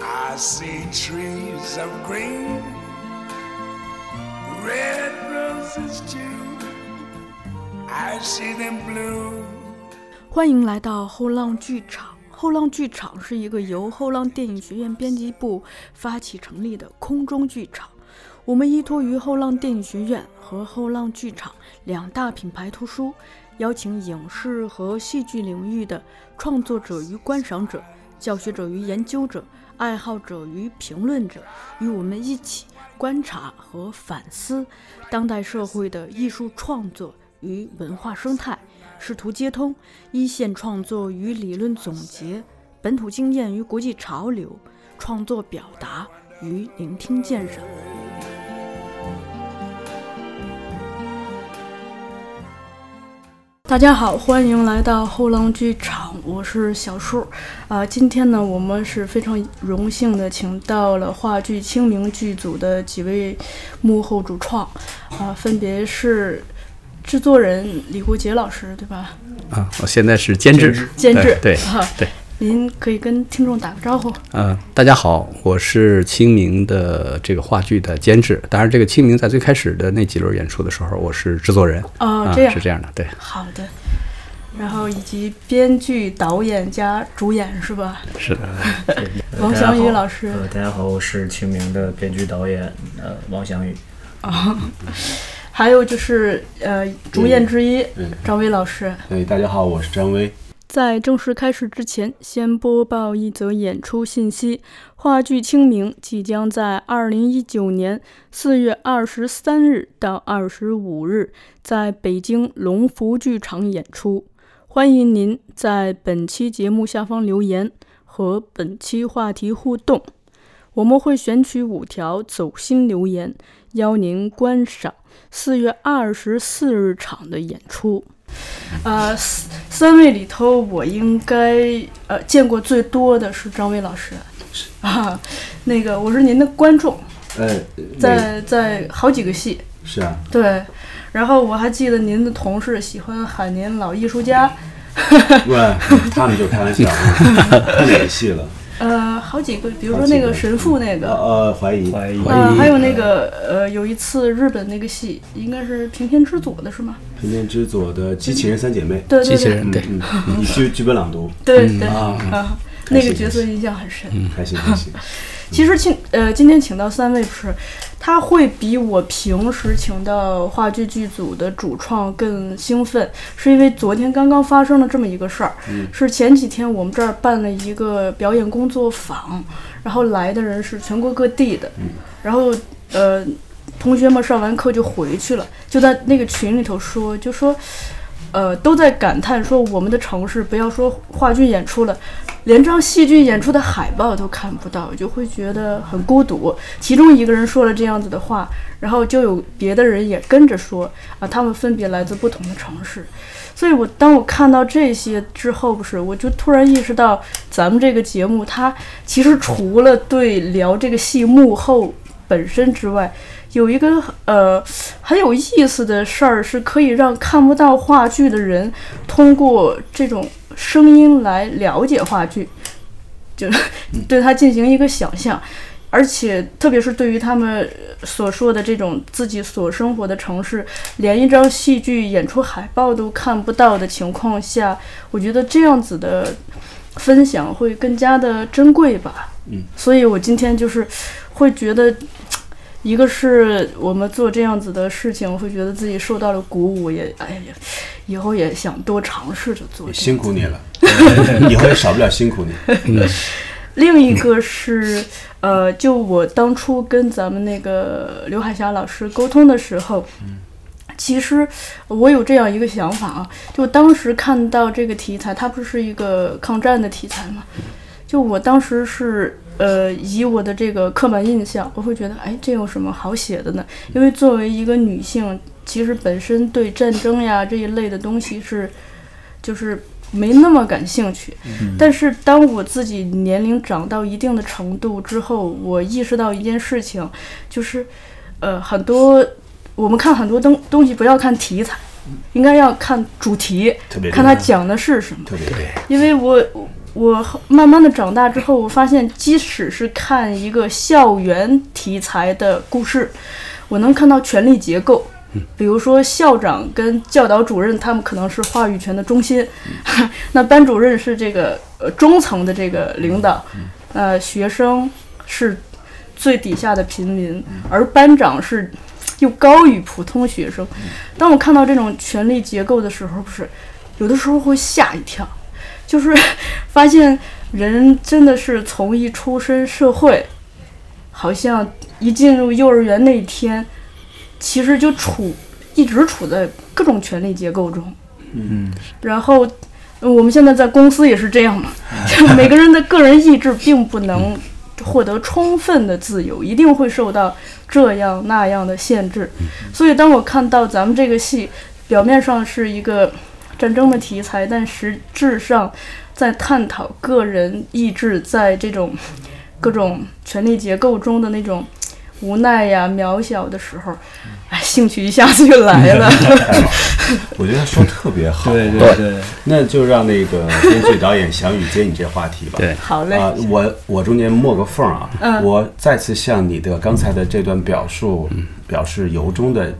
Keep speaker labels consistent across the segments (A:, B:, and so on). A: I see trees of green, red roses too. I see them blue.
B: 欢迎来到后浪剧场。后浪剧场是一个由后浪电影学院编辑部发起成立的空中剧场。我们依托于后浪电影学院和后浪剧场两大品牌图书，邀请影视和戏剧领域的创作者与观赏者、教学者与研究者、爱好者与评论者，与我们一起观察和反思当代社会的艺术创作与文化生态。试图接通一线创作与理论总结、本土经验与国际潮流、创作表达与聆听鉴赏。大家好，欢迎来到后浪剧场，我是小树。啊、今天呢，我们是非常荣幸的，请到了话剧《清明》剧组的几位幕后主创，啊、分别是制作人李国杰老师，对吧？
C: 啊，我现在是监制，
B: 监制，
C: 对，对
B: 啊
C: 对
B: 您可以跟听众打个招呼。
C: 呃，大家好，我是《清明》的这个话剧的监制。当然，这个《清明》在最开始的那几轮演出的时候，我是制作人。
B: 哦
C: 啊
B: 这样
C: 是这样的，对，
B: 好的，然后以及编剧、导演加主演是吧？
C: 是的，
D: 呃
B: 王
D: 大家
B: 翔宇
D: 好
B: 老师
D: 呃，大家好，我是《清明》的编剧导演，呃，王翔宇。
B: 还有就是呃，主
D: 嗯
B: 演之一张威老师。
E: 哎，大家好，我是张威。
B: 在正式开始之前，先播报一则演出信息：话剧《清明》即将在二零一九年四月二十三日到二十五日在北京龙福剧场演出。欢迎您在本期节目下方留言和本期话题互动，我们会选取五条走心留言，邀您观赏四月二十四日场的演出。呃，三三位里头，我应该呃见过最多的是张威老师，啊， 那个我是您的观众，
E: 哎，那
B: 在在好几个戏，
E: 是啊，
B: 对，然后我还记得您的同事喜欢喊您老艺术家，
E: 喂， 他们就开玩笑，看哪个戏 了？
B: 呃，好几个，比如
E: 好
B: 说
E: 几
B: 那个
E: 个
B: 神父那
E: 呃
B: 个，
E: 呃，怀疑，
D: 啊怀疑
B: 呃，还有那个呃，有一次日本那个戏，应该是平天之左的是吗？
E: 平天之左的机器人三姐妹，
B: 对
C: 机
B: 对
C: 器
B: 对
C: 人，对，
E: 嗯，你 剧剧本朗读，
B: 对对
E: 啊
B: 啊，
E: 开
B: 那
E: 心
B: 个角
E: 开
B: 色
E: 心
B: 印象很深。
E: 开心开 心。
B: 其实请呃，今天请到三位不是，他会比我平时请到话剧剧组的主创更兴奋，是因为昨天刚刚发生了这么一个事儿，是前几天我们这儿办了一个表演工作坊，然后来的人是全国各地的，然后呃，同学们上完课就回去了，就在那个群里头说，就说。呃，都在感叹说我们的城市，不要说话剧演出了，连张戏剧演出的海报都看不到，就会觉得很孤独。其中一个人说了这样子的话，然后就有别的人也跟着说啊，他们分别来自不同的城市。所以我当我看到这些之后，不是我就突然意识到，咱们这个节目它其实除了对聊这个戏幕后本身之外，有一个呃很有意思的事儿，是可以让看不到话剧的人通过这种声音来了解话剧，就对它进行一个想象。而且，特别是对于他们呃所说的这种自己所生活的城市，连一张戏剧演出海报都看不到的情况下，我觉得这样子的分享会更加的珍贵吧。
E: 嗯，
B: 所以我今天就是会觉得一个是我们做这样子的事情，会觉得自己受到了鼓舞，也哎呀，以后也想多尝试着做这
E: 辛
B: 样。
E: 苦你 了，以后也少不了辛苦你。
B: 另一个是，呃，就我当初跟咱们那个刘海霞老师沟通的时候，其实我有这样一个想法啊，就当时看到这个题材，它不是一个抗战的题材嘛，就我当时是呃，以我的这个刻板印象，我会觉得，哎，这有什么好写的呢？因为作为一个女性，其实本身对战争呀这一类的东西是，就是没那么感兴趣。
E: 嗯
B: 但是当我自己年龄长到一定的程度之后，我意识到一件事情，就是，呃，很多我们看很多东东西不要看题材，应该要看主题
E: 特别，
B: 看它
E: 对
B: 讲的是什么。
E: 特别对，
B: 因为我我我慢慢的长大之后，我发现，即使是看一个校园题材的故事，我能看到权力结构。比如说，校长跟教导主任他们可能是话语权的中心， 那班主任是这个呃中层的这个领导，呃，学生是最底下的平民，而班长是又高于普通学生。当我看到这种权力结构的时候，不是有的时候会吓一跳。就是 发现人真的是从一出身社会，好像一进入幼儿园那一天，其实就处一直处在各种权力结构中。
E: 嗯，
B: 然后呃我们现在在公司也是这样嘛，就每个人的个人意志并不能获得充分的自由，一定会受到这样那样的限制。所以，当我看到咱们这个戏表面上是一个战争的题材，但实质上在探讨个人意志在这种各种权力结构中的那种无奈呀、渺小的时候，哎，兴趣一下子就来了。
E: 我觉得他说得特别好，啊
D: 对对对，
E: 那就让那个编剧导演翔宇接你这话题吧。
C: 对
B: 好嘞，
E: 啊、我我中间抹个缝儿啊，
B: 嗯
E: 我再次向你的刚才的这段表述、表示由衷的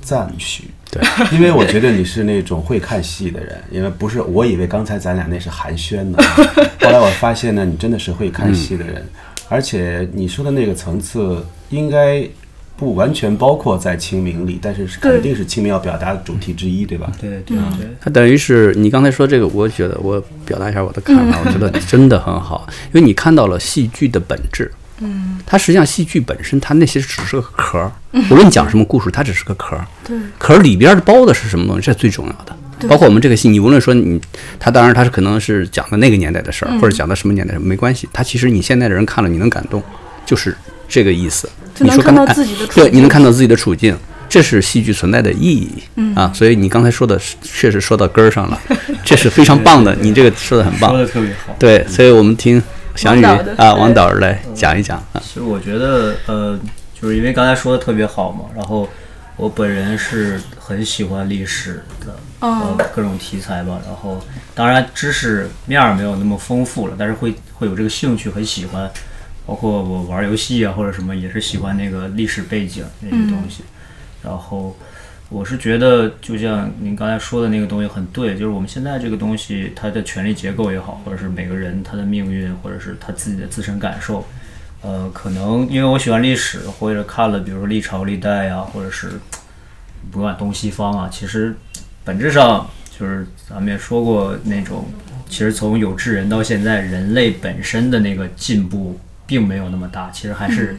E: 赞许。
C: 对，
E: 因为我觉得你是那种会看戏的人，因为不是，我以为刚才咱俩那是寒暄呢，后来我发现呢，你真的是会看戏的人，而且你说的那个层次应该不完全包括在清明里，但是是肯
B: 对
E: 定是清明要表达的主题之一，对吧？
D: 对对
B: 嗯
D: 对，
C: 它等于是你刚才说这个，我觉得我表达一下我的看法，我觉
B: 嗯
C: 得真的很好，因为你看到了戏剧的本质。嗯，它实际上戏剧本身，它那些只是个壳儿，无论讲什么故事，它只是个壳儿。
B: 嗯对
C: 壳儿里边儿包的是什么东西，这是最重要的。包括我们这个戏，你无论说你，它当然它是可能是讲的那个年代的事儿，
B: 嗯
C: 或者讲的什么年代什么没关系，它其实你现在的人看了你能感动，就是这个意思。
B: 就
C: 你
B: 能
C: 说
B: 看
C: 刚才
B: 到
C: 哎
B: 自己的处
C: 对，
B: 境
C: 你能看到自己的处境，这是戏剧存在的意义、
B: 嗯
C: 啊。所以你刚才说的是确实说到根儿上了，这是非常 棒的，你这个说的很
D: 说
C: 棒
D: 的。特别好。
C: 对，所以我们听翔宇
B: 王导的
C: 啊，
B: 对
C: 王导来讲一讲啊。
D: 其实我觉得，呃，就是因为刚才说的特别好嘛，然后我本人是很喜欢历史的，
B: 嗯
D: 呃，各种题材吧。然后当然知识面儿没有那么丰富了，但是会会有这个兴趣，很喜欢。包括我玩游戏啊或者什么，也是喜欢那个历史背景那些东西。然后我是觉得，就像您刚才说的那个东西很对，就是我们现在这个东西，它的权力结构也好，或者是每个人他的命运，或者是他自己的自身感受，呃，可能因为我喜欢历史，或者看了比如说历朝历代呀、或者是不管东西方啊，其实本质上就是咱们也说过那种，其实从有智人到现在，人类本身的那个进步并没有那么大，其实还是、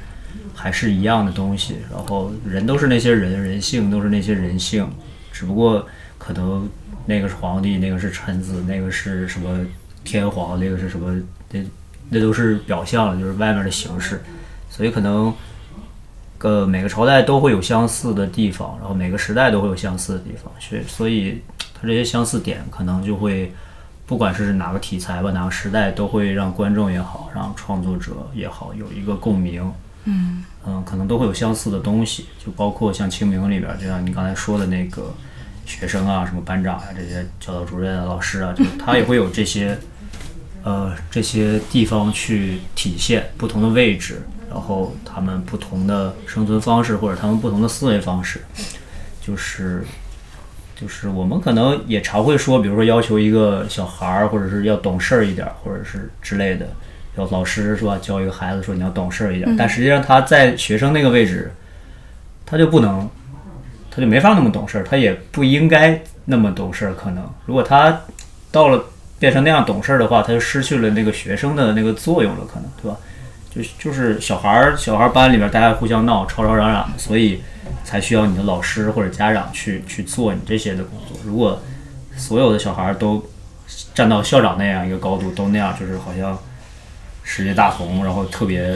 D: 还是一样的东西。然后人都是那些人，人性都是那些人性，只不过可能那个是皇帝，那个是臣子，那个是什么天皇，那个是什么，那那都是表象了，就是外面的形式。所以可能呃，每个朝代都会有相似的地方，然后每个时代都会有相似的地方，所以所以它这些相似点可能就会，不管是哪个题材吧，哪个时代，都会让观众也好，让创作者也好有一个共鸣。嗯可能都会有相似的东西，就包括像《清明》里边儿，就像你刚才说的那个学生啊、什么班长啊这些教导主任啊、老师啊，就是他也会有这些。呃这些地方去体现不同的位置，然后他们不同的生存方式或者他们不同的思维方式，就是就是我们可能也常会说，比如说要求一个小孩儿或者是要懂事儿一点儿，或者是之类的，要老师是吧教一个孩子说你要懂事儿一点儿，但实际上他在学生那个位置，他就不能他就没法那么懂事儿，他也不应该那么懂事儿。可能如果他到了变成那样懂事儿的话，他就失去了那个学生的那个作用了，可能对吧？就就是小孩儿小孩儿班里边大家互相闹吵吵嚷嚷，所以才需要你的老师或者家长去去做你这些的工作。如果所有的小孩儿都站到校长那样一个高度，都那样，就是好像世界大同，然后特别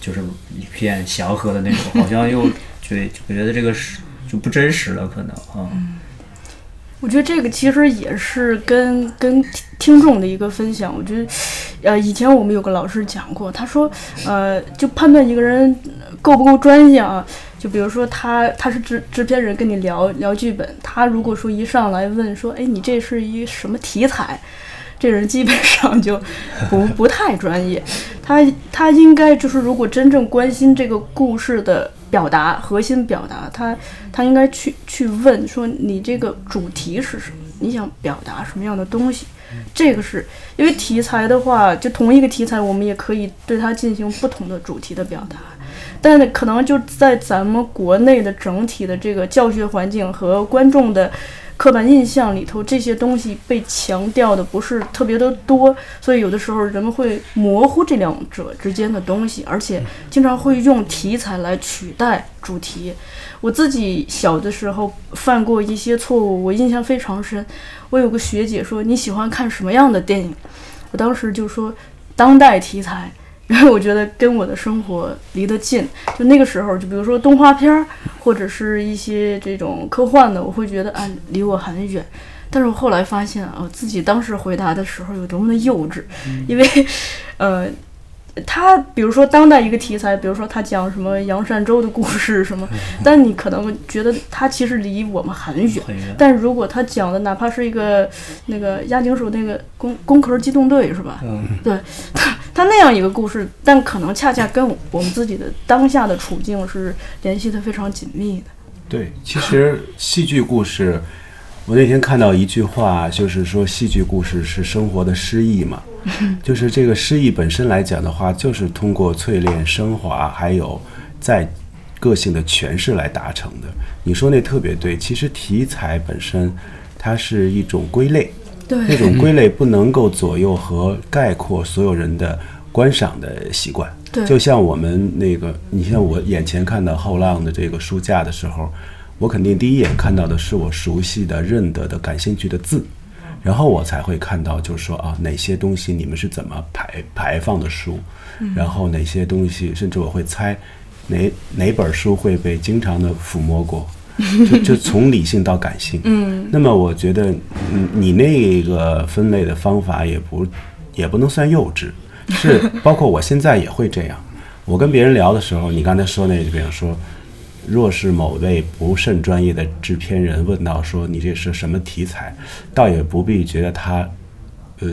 D: 就是一片祥和的那种，好像又觉觉得这个是就不真实了，可能啊，
B: 我觉得这个其实也是跟跟听众的一个分享。我觉得，呃，以前我们有个老师讲过，他说，呃，就判断一个人够不够专业啊，就比如说他他是制制片人跟你聊聊剧本，他如果说一上来问说，哎，你这是一什么题材？这人基本上就不不太专业。他他应该就是，如果真正关心这个故事的表达核心表达，他他应该去去问说你这个主题是什么，你想表达什么样的东西。这个是因为题材的话，就同一个题材，我们也可以对它进行不同的主题的表达。但是可能就在咱们国内的整体的这个教学环境和观众的刻板印象里头，这些东西被强调的不是特别的多，所以有的时候人们会模糊这两者之间的东西，而且经常会用题材来取代主题。我自己小的时候犯过一些错误，我印象非常深。我有个学姐说你喜欢看什么样的电影，我当时就说当代题材。因为我觉得跟我的生活离得近，就那个时候，就比如说动画片儿，或者是一些这种科幻的，我会觉得啊，离我很远。但是我后来发现啊，我自己当时回答的时候有多么的幼稚， 因为，呃，他比如说当代一个题材，比如说他讲什么杨善洲的故事什么，但你可能觉得他其实离我们很远。
D: 很远。
B: 但如果他讲的哪怕是一个那个押井守那个工工壳机动队是吧？
D: 嗯，
B: 他那样一个故事，但可能恰恰跟我们自己的当下的处境是联系的非常紧密的。
E: 对，其实戏剧故事，我那天看到一句话，就是说戏剧故事是生活的诗意嘛，就是这个诗意本身来讲的话，就是通过淬炼、升华，还有在个性的诠释来达成的。你说那特别对，其实题材本身它是一种归类，那
B: 对，
E: 种归类不能够左右和概括所有人的观赏的习惯。
B: 对
E: 就像我们那个，你像我眼前看到后浪的这个书架的时候，我肯定第一眼看到的是我熟悉的、认得的、感兴趣的字，然后我才会看到，就是说啊，哪些东西你们是怎么排排放的书，然后哪些东西，甚至我会猜哪哪本书会被经常的抚摸过。就就从理性到感性，嗯，那么我觉得你你那个分类的方法也不也不能算幼稚，是包括我现在也会这样。我跟别人聊的时候，你刚才说那个，比方说，若是某位不甚专业的制片人问到说你这是什么题材，倒也不必觉得他，呃，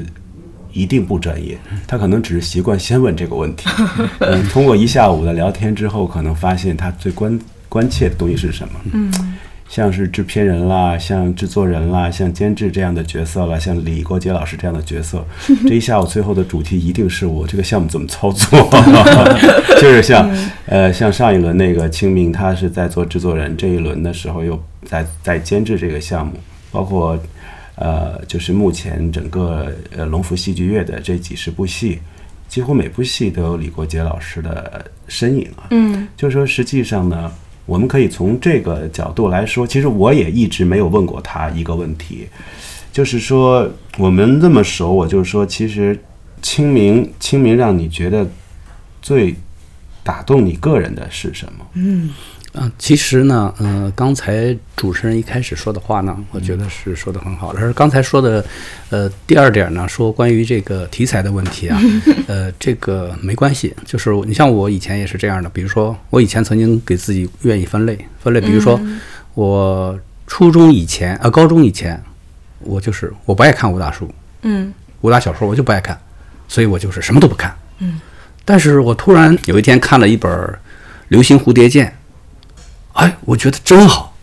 E: 一定不专业，他可能只是习惯先问这个问题。嗯，通过一下午的聊天之后，可能发现他最关关切的东西是什么。嗯，像是制片人啦，像制作人啦，像监制这样的角色啦，像李国杰老师这样的角色，这一下午最后的主题一定是我这个项目怎么操作， 就是像呃，像上一轮那个清明，他是在做制作人，这一轮的时候又在在监制这个项目，包括。呃，就是目前整个呃龙福戏剧院的这几十部戏，几乎每部戏都有李国杰老师的身影啊。
B: 嗯，
E: 就是说，实际上呢，我们可以从这个角度来说，其实我也一直没有问过他一个问题，就是说我们这么熟，我就是说，其实清明清明让你觉得最打动你个人的是什么？
C: 啊，其实呢，呃，刚才主持人一开始说的话呢，我觉得是说的很好的。而刚才说的，呃，第二点呢，说关于这个题材的问题啊，呃，这个没关系，就是你像我以前也是这样的，比如说我以前曾经给自己愿意分类，分类，比如说我初中以前，呃，高中以前，我就是我不爱看武打书，
B: 嗯，
C: 武打小说我就不爱看，所以我就是什么都不看。嗯，但是我突然有一天看了一本《流星蝴蝶剑》，哎，我觉得真好，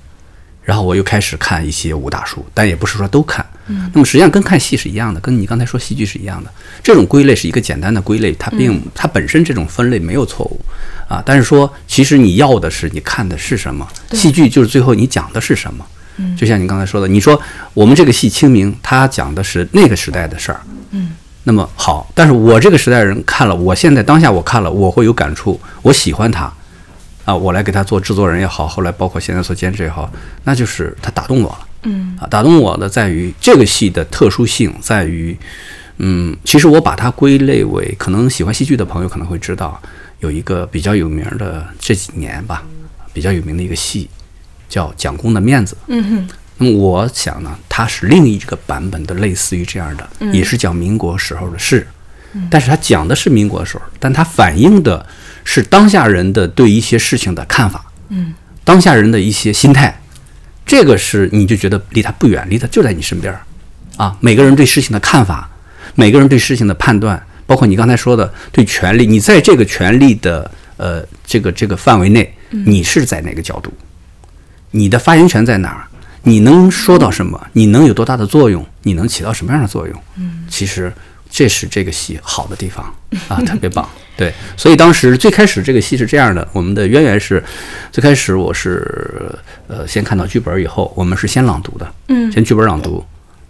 C: 然后我又开始看一些武打书，但也不是说都看。嗯，那么实际上跟看戏是一样的，跟你刚才说戏剧是一样的。这种归类是一个简单的归类，它并、它本身这种分类没有错误啊，但是说其实你要的是你看的是什么，戏剧就是最后你讲的是什么。就像你刚才说的，你说我们这个戏《清明》，它讲的是那个时代的事儿，那么好，但是我这个时代人看了，我现在当下我看了，我会有感触，我喜欢他，啊，我来给他做制作人也好，后来包括现在做监制也好，那就是他打动我了，嗯，啊，打动我的在于这个戏的特殊性在于，嗯，其实我把它归类为，可能喜欢戏剧的朋友可能会知道，有一个比较有名的这几年吧，比较有名的一个戏叫《蒋公的面子》，那么我想呢，它是另一个版本的，类似于这样的，也是讲民国时候的事，但是它讲的是民国时候，但它反映的是当下人的对一些事情的看法，嗯，当下人的一些心态，这个是你就觉得离他不远，离他就在你身边儿，啊，每个人对事情的看法，每个人对事情的判断，包括你刚才说的对权力，你在这个权力的呃这个这个范围内，你是在哪个角度，你的发言权在哪儿，你能说到什么，你能有多大的作用，你能起到什么样的作用？嗯，其实这是这个戏好的地方啊，特别棒。对，所以当时最开始这个戏是这样的，我们的渊源是，最开始我是呃先看到剧本以后，我们是先朗读的，嗯，先剧本朗读，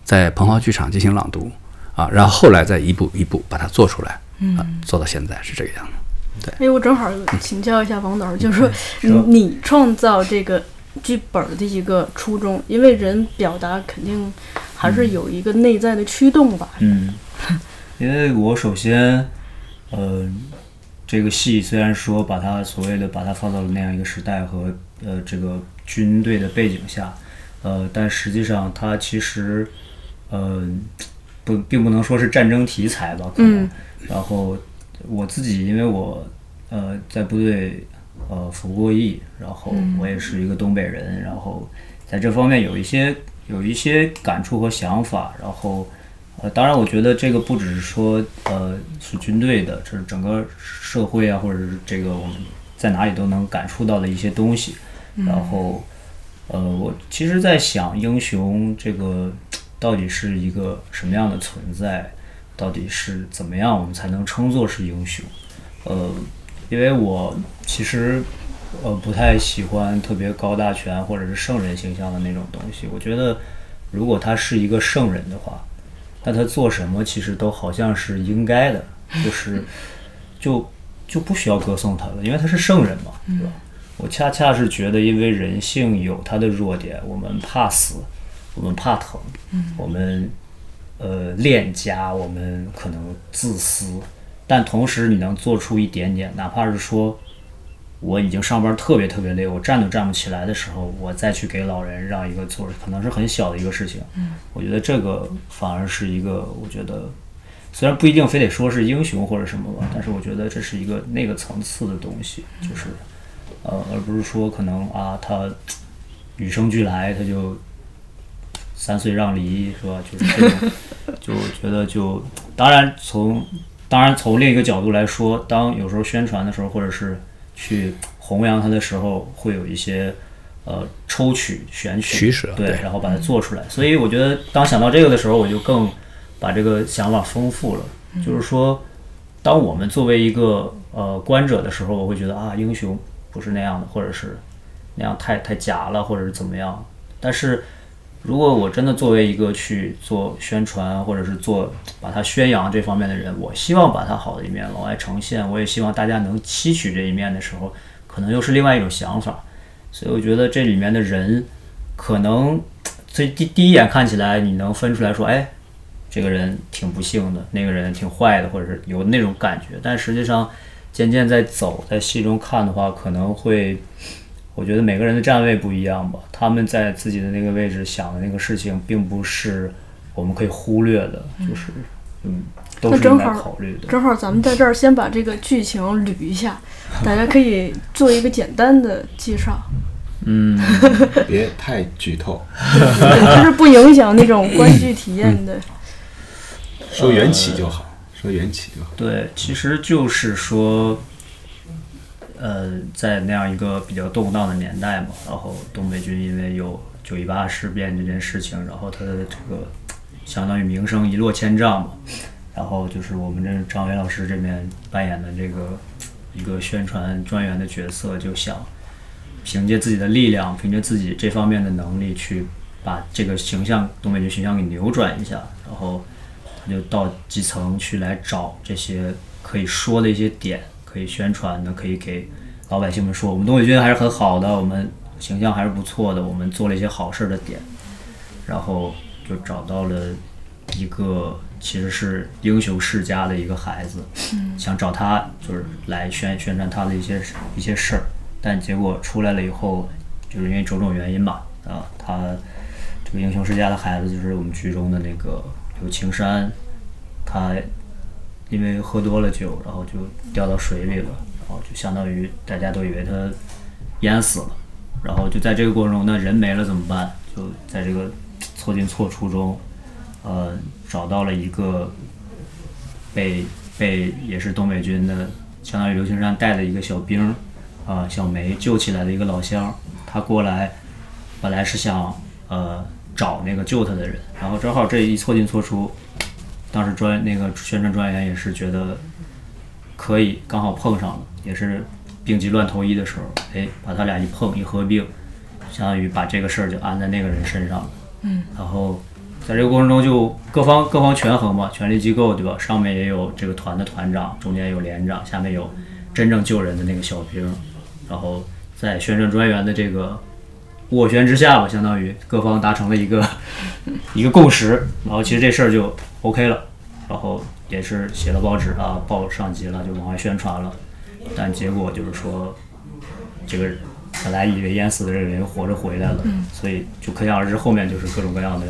C: 在鹏华剧场进行朗读啊，然后后来再一步一步把它做出来，嗯、啊，做到现在是这个样子。
B: 哎，我正好请教一下王导，就是 说你你创造这个剧本儿的一个初衷，因为人表达肯定还是有一个内在的驱动吧。
D: 嗯，因为我首先，呃，这个戏虽然说把它所谓的把它放到了那样一个时代和呃这个军队的背景下，呃，但实际上它其实，呃，不并不能说是战争题材吧，可能。然后我自己因为我呃在部队呃服过役，然后我也是一个东北人，然后在这方面有一些有一些感触和想法，然后。呃，当然，我觉得这个不只是说，呃，是军队的，这是整个社会啊，或者是这个我们在哪里都能感触到的一些东西。然后，呃，我其实在想，英雄这个到底是一个什么样的存在？到底是怎么样我们才能称作是英雄？呃，因为我其实呃不太喜欢特别高大全或者是圣人形象的那种东西。我觉得，如果他是一个圣人的话，那他做什么其实都好像是应该的，就是就就不需要歌颂他了，因为他是圣人嘛，对吧？我恰恰是觉得，因为人性有它的弱点，我们怕死，我们怕疼，我们呃恋家，我们可能自私，但同时你能做出一点点，哪怕是说我已经上班特别特别累，我站都站不起来的时候，我再去给老人让一个座儿，可能是很小的一个事情。我觉得这个反而是一个，我觉得虽然不一定非得说是英雄或者什么吧，但是我觉得这是一个那个层次的东西，就是呃，而不是说可能啊，他与生俱来他就三岁让梨是吧？就是这 种，就我觉得就当然从当然从另一个角度来说，当有时候宣传的时候，或者是去弘扬它的时候，会有一些呃抽取、选取、
C: 取舍
D: 对
C: 对，嗯
D: 然后把它做出来。所以我觉得当想到这个的时候，我就更把这个想法丰富了，
C: 嗯
D: 就是说。当我们作为一个呃观者的时候，我会觉得啊，英雄不是那样的，或者是那样太太假了，或者是怎么样。但是如果我真的作为一个去做宣传或者是做把它宣扬这方面的人，我希望把它好的一面往外呈现，我也希望大家能吸取这一面的时候，可能又是另外一种想法。所以我觉得这里面的人，可能最第第一眼看起来你能分出来说，哎，这个人挺不幸的，那个人挺坏的，或者是有那种感觉。但实际上，渐渐在走，在戏中看的话，可能会，我觉得每个人的站位不一样吧。他们在自己的那个位置想的那个事情，并不是我们可以忽略的，就是嗯，都
B: 那
D: 是应
B: 正
D: 该
B: 好
D: 考虑的。
B: 正好咱们在这儿先把这个剧情捋一下，大家可以做一个简单的介绍，
D: 嗯
E: 别太剧透，
B: 对，就是不影响那种观剧体验的。
E: 说缘起就好，说缘起就好。
D: 对，其实就是说，呃，在那样一个比较动荡的年代嘛，然后东北军因为有九一八事变这件事情，然后他的这个相当于名声一落千丈嘛，然后就是我们这呃张伟老师这边扮演的这个一个宣传专员的角色，就想凭借自己的力量，凭借自己这方面的能力去把这个形象东北军形象给扭转一下，然后他就到基层去来找这些可以说的一些点，可以宣传的，可以给老百姓们说，我们东北军还是很好的，我们形象还是不错的，我们做了一些好事儿的点，然后就找到了一个其实是英雄世家的一个孩子，想找他就是来宣宣传他的一些一些事儿，但结果出来了以后，就是因为种种原因吧，啊，他这个英雄世家的孩子就是我们剧中的那个刘青山，他因为喝多了酒，然后就掉到水里了，然后就相当于大家都以为他淹死了，然后就在这个过程中，那人没了怎么办？就在这个错进错出中，呃，找到了一个被被也是东北军的，相当于刘青山带的一个小兵儿，啊、小梅救起来的一个老乡，他过来本来是想呃找那个救他的人，然后正好这一错进错出，当时专那个宣传专员也是觉得可以，刚好碰上了，也是病急乱投医的时候，哎，把他俩一碰一合并，相当于把这个事儿就安在那个人身上了。嗯，然后在这个过程中就各方各方权衡嘛，权力机构对吧？上面也有这个团的团长，中间有连长，下面有真正救人的那个小兵，然后在宣传专员的这个斡旋之下吧，相当于各方达成了一个一个共识，然后其实这事儿就 OK 了，然后也是写了报纸啊，报上级了，就往外宣传了，但结果就是说这个本来以为淹死的这个人活着回来了，所以就可想而知后面就是各种各样的，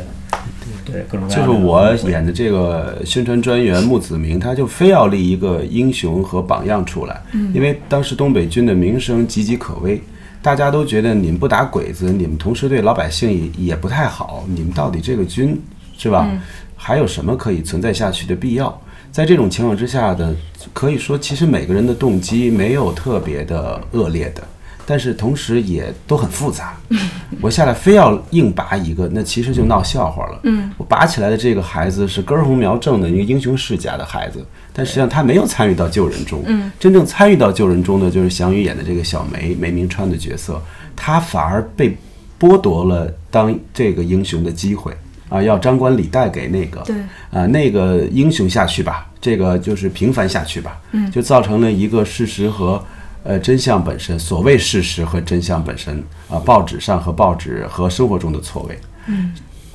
D: 对各种各
E: 就
D: 样的。
E: 是我演的这个宣传专员穆子明，他就非要立一个英雄和榜样出来，因为当时东北军的名声岌岌可危，大家都觉得你们不打鬼子，你们同时对老百姓也也不太好，你们到底这个军是吧，还有什么可以存在下去的必要？在这种情况之下的，可以说其实每个人的动机没有特别的恶劣的，但是同时也都很复杂。我下来非要硬拔一个，那其实就闹笑话了。嗯，我拔起来的这个孩子是根红苗正的一个英雄世家的孩子，但实际上他没有参与到救人中。嗯，真正参与到救人中的就是翔宇演的这个小梅梅明川的角色，她反而被剥夺了当这个英雄的机会啊！要张冠李戴给那个
B: 对
E: 啊，那个英雄下去吧，这个就是平凡下去吧，嗯，就造成了一个事实和呃真相本身，所谓事实和真相本身啊、报纸上和报纸和生活中的错位，嗯，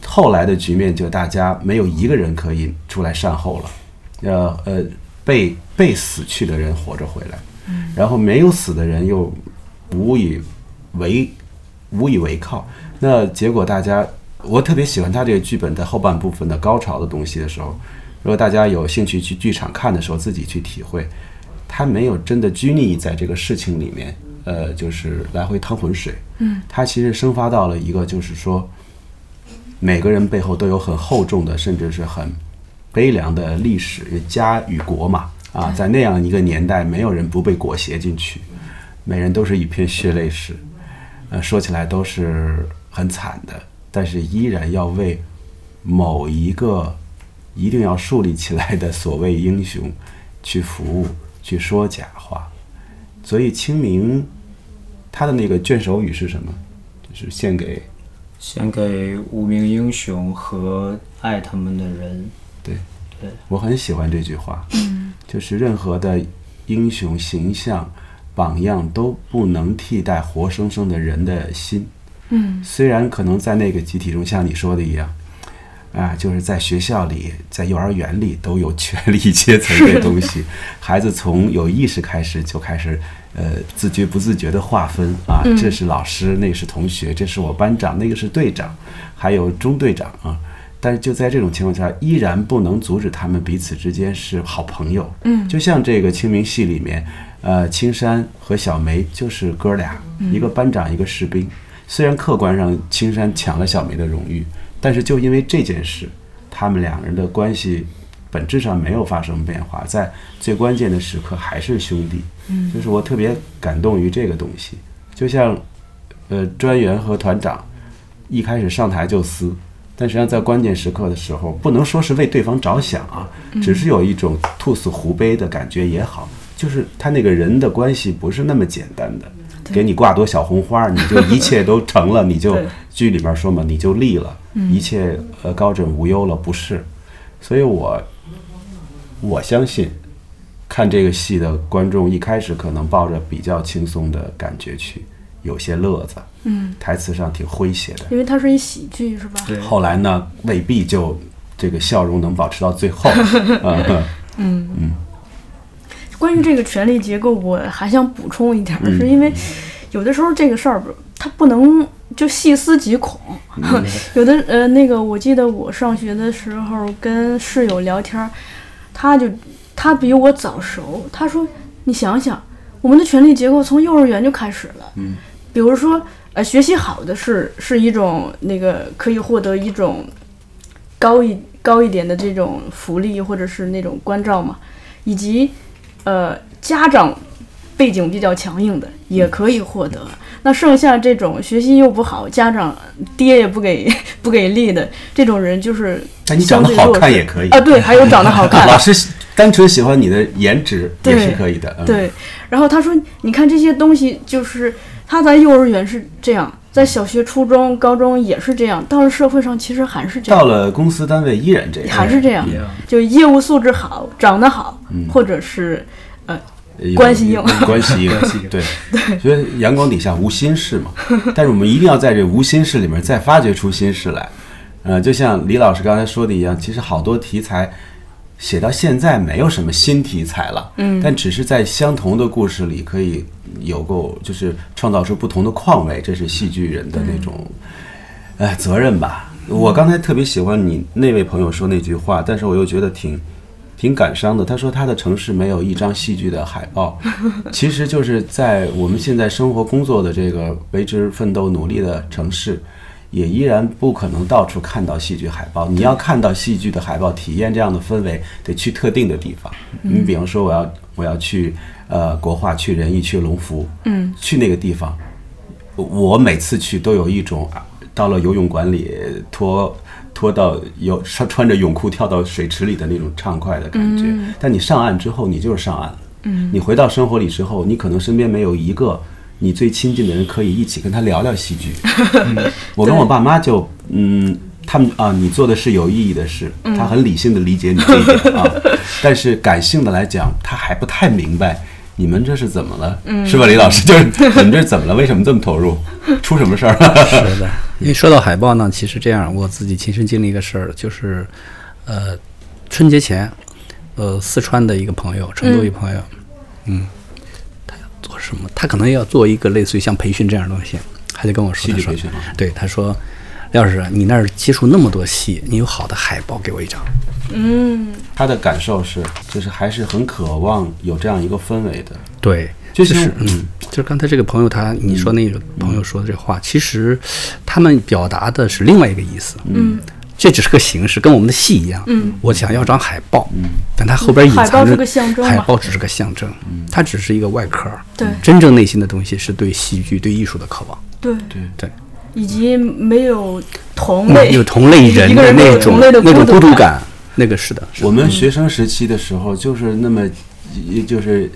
E: 后来的局面就大家没有一个人可以出来善后了，呃呃，被被死去的人活着回来，然后没有死的人又无以为无以为靠。那结果大家，我特别喜欢他这个剧本在后半部分的高潮的东西的时候，如果大家有兴趣去剧场看的时候，自己去体会，他没有真的拘泥在这个事情里面，呃，就是来回趟浑水。嗯，他其实生发到了一个，就是说，每个人背后都有很厚重的，甚至是很悲凉的历史，家与国嘛。啊，在那样一个年代，没有人不被裹挟进去，每人都是一片血泪史。呃，说起来都是很惨的，但是依然要为某一个一定要树立起来的所谓英雄去服务，去说假话。所以清明他的那个卷首语是什么？就是献给
D: 献给无名英雄和爱他们的人。
E: 对，
D: 对
E: 我很喜欢这句话，就是任何的英雄形象、榜样都不能替代活生生的人的心。嗯，虽然可能在那个集体中，像你说的一样，啊，就是在学校里、在幼儿园里都有权 力阶层这东西，孩子从有意识开始就开始。呃，自觉不自觉的划分啊，这是老师，那个是同学，这是我班长，那个是队长，还有中队长啊。但是就在这种情况下，依然不能阻止他们彼此之间是好朋友。嗯，就像这个清明戏里面，呃，青山和小梅就是哥俩，一个班长，一个士兵。虽然客观上青山抢了小梅的荣誉，但是就因为这件事，他们两人的关系本质上没有发生变化，在最关键的时刻还是兄弟。嗯，就是我特别感动于这个东西，就像呃专员和团长一开始上台就撕，但实际上在关键时刻的时候，不能说是为对方着想啊，只是有一种兔死狐悲的感觉也好，就是他那个人的关系不是那么简单的。给你挂朵小红花，你就一切都成了，你就
B: 对
E: 剧里面说嘛，你就立了，一切呃高枕无忧了，不是？所以我我相信，看这个戏的观众一开始可能抱着比较轻松的感觉去，有些乐子，嗯，台词上挺诙谐的。
B: 因为它是一喜剧，是吧？
D: 对
E: 后来呢，未必就这个笑容能保持到最 后。嗯
B: 关于这个权力结构，我还想补充一点儿，是因为有的时候这个事儿吧它不能就细思极恐。 有的呃，那个我记得我上学的时候跟室友聊天儿，他就他比我早熟，他说你想想，我们的权力结构从幼儿园就开始了。嗯，比如说呃，学习好的是是一种那个可以获得一种高一高一点的这种福利或者是那种关照嘛，以及呃家长背景比较强硬的也可以获得。那剩下这种学习又不好，家长爹也不给 不给力的这种人，就是
E: 但哎你长得
B: 相对弱
E: 好看
B: 势
E: 也可以
B: 啊，对，还有长得好看，
E: 老师单纯喜欢你的颜值也是
B: 对
E: 可以的。嗯、
B: 对，然后他说，你看这些东西，就是他在幼儿园是这样，在小学、初中、高中也是这样，到了社会上其实还是这
E: 到
B: 样，
E: 了公司单位依然这样，
B: 还是这样，就业务素质好，长得好，
C: 嗯
B: 或者是呃，
E: 有
B: 关系硬
E: 有关系硬，对，所以阳光底下无心事嘛。但是我们一定要在这无心事里面再发掘出心事来。呃，就像李老师刚才说的一样，其实好多题材写到现在没有什么新题材了，嗯，但只是在相同的故事里可以有够，就是创造出不同的况味，这是戏剧人的那种。哎，责任吧。我刚才特别喜欢你那位朋友说那句话，但是我又觉得挺挺感伤的。他说他的城市没有一张戏剧的海报，其实就是在我们现在生活工作的这个为之奋斗努力的城市，也依然不可能到处看到戏剧海报。你要看到戏剧的海报，体验这样的氛围，得去特定的地方。你比方说，我要我要去呃国画、去仁义、去龙福，嗯，去那个地方，我每次去都有一种啊到了游泳馆里脱脱到游穿穿着泳裤跳到水池里的那种畅快的感觉。但你上岸之后，你就是上岸了。嗯，你回到生活里之后，你可能身边没有一个你最亲近的人可以一起跟他聊聊戏剧。我跟我爸妈就嗯。他们啊，你做的是有意义的事，他很理性的理解你这一点啊，但是感性的来讲，他还不太明白你们这是怎么了，是吧，李老师？就是你们这是怎么了？为什么这么投入？出什么事儿啊了？
C: 是的，因为说到海报呢，其实这样我自己亲身经历一个事儿，就是，呃，春节前，呃，四川的一个朋友，成都一朋友，嗯，他要做什么？他可能要做一个类似于像培训这样的东西，他就跟我说，
E: 戏
C: 他
E: 剧
C: 说
E: 培训啊，
C: 对，他说，廖老师，啊你那儿接触那么多戏，你有好的海报给我一张，
E: 他的感受是，就是还是很渴望有这样一个氛围的，
C: 对，
E: 就
C: 就是是嗯，就是刚才这个朋友他你说那个朋友说的这话，其实他们表达的是另外一个意思，嗯，这只是个形式，跟我们的戏一样，嗯，我想要张海报，嗯，但它后边隐藏着
B: 海报是个象征嘛
C: 海报只是个象征，它只是一个外壳，
B: 对
C: 真正内心的东西是对戏剧、对艺术的渴望，
B: 对，
E: 对
C: 对，
B: 以及没有同类，
C: 有同类人
B: 一个人没
C: 那
B: 有
C: 种
B: 同类的
C: 那种孤
B: 独
C: 独，感，那个是的，是的
E: 我们学生时期的时候，就是那么，也就是，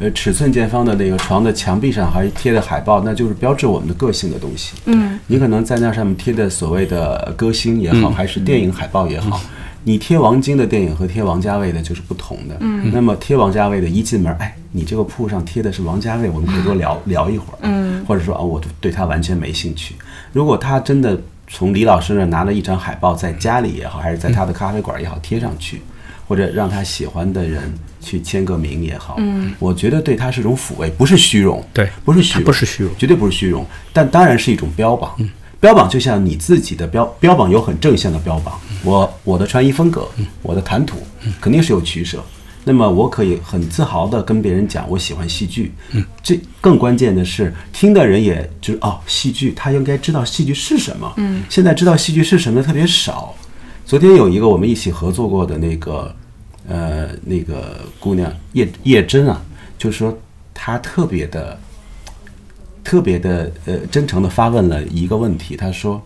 E: 呃，尺寸见方的那个床的墙壁上还贴的海报，那就是标志我们的个性的东西。嗯，你可能在那上面贴的所谓的歌星也好，还是电影海报也好。你贴王晶的电影和贴王家卫的就是不同的。嗯，那么贴王家卫的，一进门，哎，你这个铺上贴的是王家卫，我们可以多聊聊一会儿。嗯，或者说啊，我对他完全没兴趣。如果他真的从李老师那儿拿了一张海报，在家里也好，还是在他的咖啡馆也好贴上去，或者让他喜欢的人去签个名也好，嗯，我觉得对他是一种抚慰，不是虚荣，
C: 对
E: 不是虚荣，
C: 它不是虚荣
E: 绝对不是虚荣，但当然是一种标榜。标榜就像你自己的标标榜有很正向的标榜，我我的穿衣风格，我的谈吐，肯定是有取舍。那么我可以很自豪地跟别人讲，我喜欢戏剧。这更关键的是，听的人也就是哦，戏剧，他应该知道戏剧是什么。嗯，现在知道戏剧是什么的特别少。昨天有一个我们一起合作过的那个呃那个姑娘叶叶真啊，就说她特别的特别的呃真诚的发问了一个问题，他说：“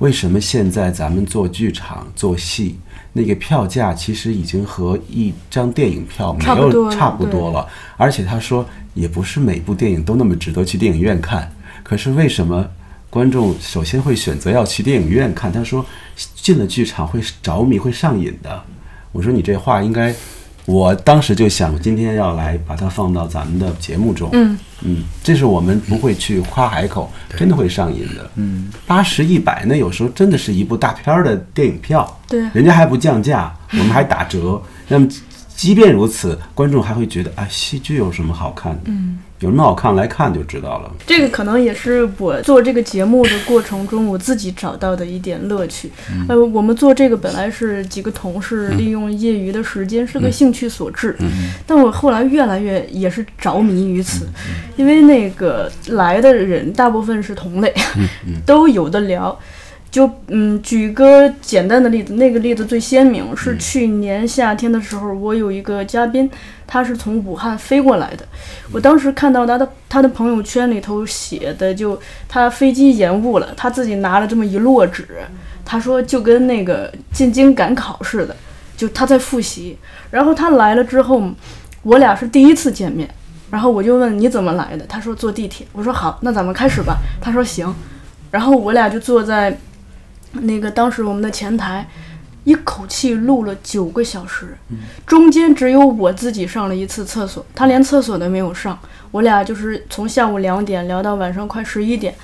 E: 为什么现在咱们做剧场做戏，那个票价其实已经和一张电影票没
B: 差不多
E: 有
B: 了
E: 差不多了？而且他说，也不是每部电影都那么值得去电影院看。可是为什么观众首先会选择要去电影院看？他说，进了剧场会着迷，会上瘾的。我说你这话应该。”我当时就想，今天要来把它放到咱们的节目中。嗯，嗯，这是我们不会去夸海口，真的会上瘾的。嗯，八十一百呢，有时候真的是一部大片儿的电影票，
B: 对
E: 人家还不降价，我们还打折。那么，即便如此，观众还会觉得啊，戏剧有什么好看的？嗯，有什么好看来看就知道了。
B: 这个可能也是我做这个节目的过程中我自己找到的一点乐趣。呃，我们做这个本来是几个同事利用业余的时间，是个兴趣所致。但我后来越来越也是着迷于此， 因为那个来的人大部分是同类，都有的聊。就嗯，举个简单的例子，那个例子最鲜明是去年夏天的时候，我有一个嘉宾，他是从武汉飞过来的。我当时看到他的他的朋友圈里头写的就，他飞机延误了，他自己拿了这么一摞纸，他说就跟那个进京赶考似的，就他在复习。然后他来了之后，我俩是第一次见面，然后我就问你怎么来的，他说坐地铁。我说好，那咱们开始吧。他说行，然后我俩就坐在。那个当时我们的前台，一口气录了九个小时，中间只有我自己上了一次厕所，他连厕所都没有上。我俩就是从下午两点聊到晚上快十一点，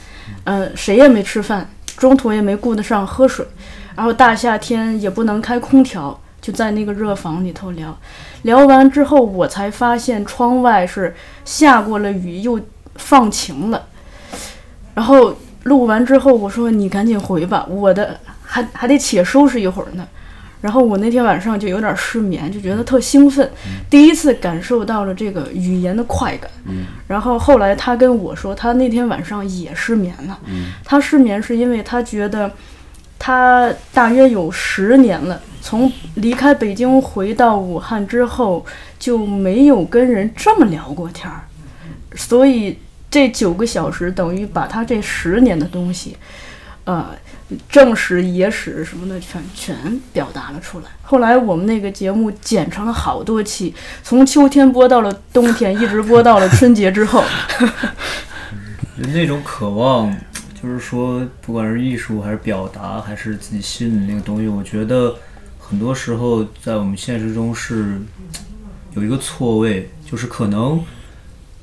B: 嗯、谁也没吃饭，中途也没顾得上喝水，然后大夏天也不能开空调，就在那个热房里头聊。聊完之后，我才发现窗外是下过了雨，又放晴了。然后录完之后，我说你赶紧回吧，我的还还得且收拾一会儿呢。然后我那天晚上就有点失眠，就觉得特兴奋，第一次感受到了这个语言的快感。然后后来他跟我说，他那天晚上也失眠了。他失眠是因为他觉得他大约有十年了，从离开北京回到武汉之后，就没有跟人这么聊过天儿。所以这九个小时等于把他这十年的东西，呃，正史、野史什么的全全表达了出来。后来我们那个节目剪成了好多期，从秋天播到了冬天，一直播到了春节之后。
D: 那种渴望，就是说，不管是艺术还是表达，还是自己心里那个东西，我觉得很多时候在我们现实中是有一个错位，就是可能，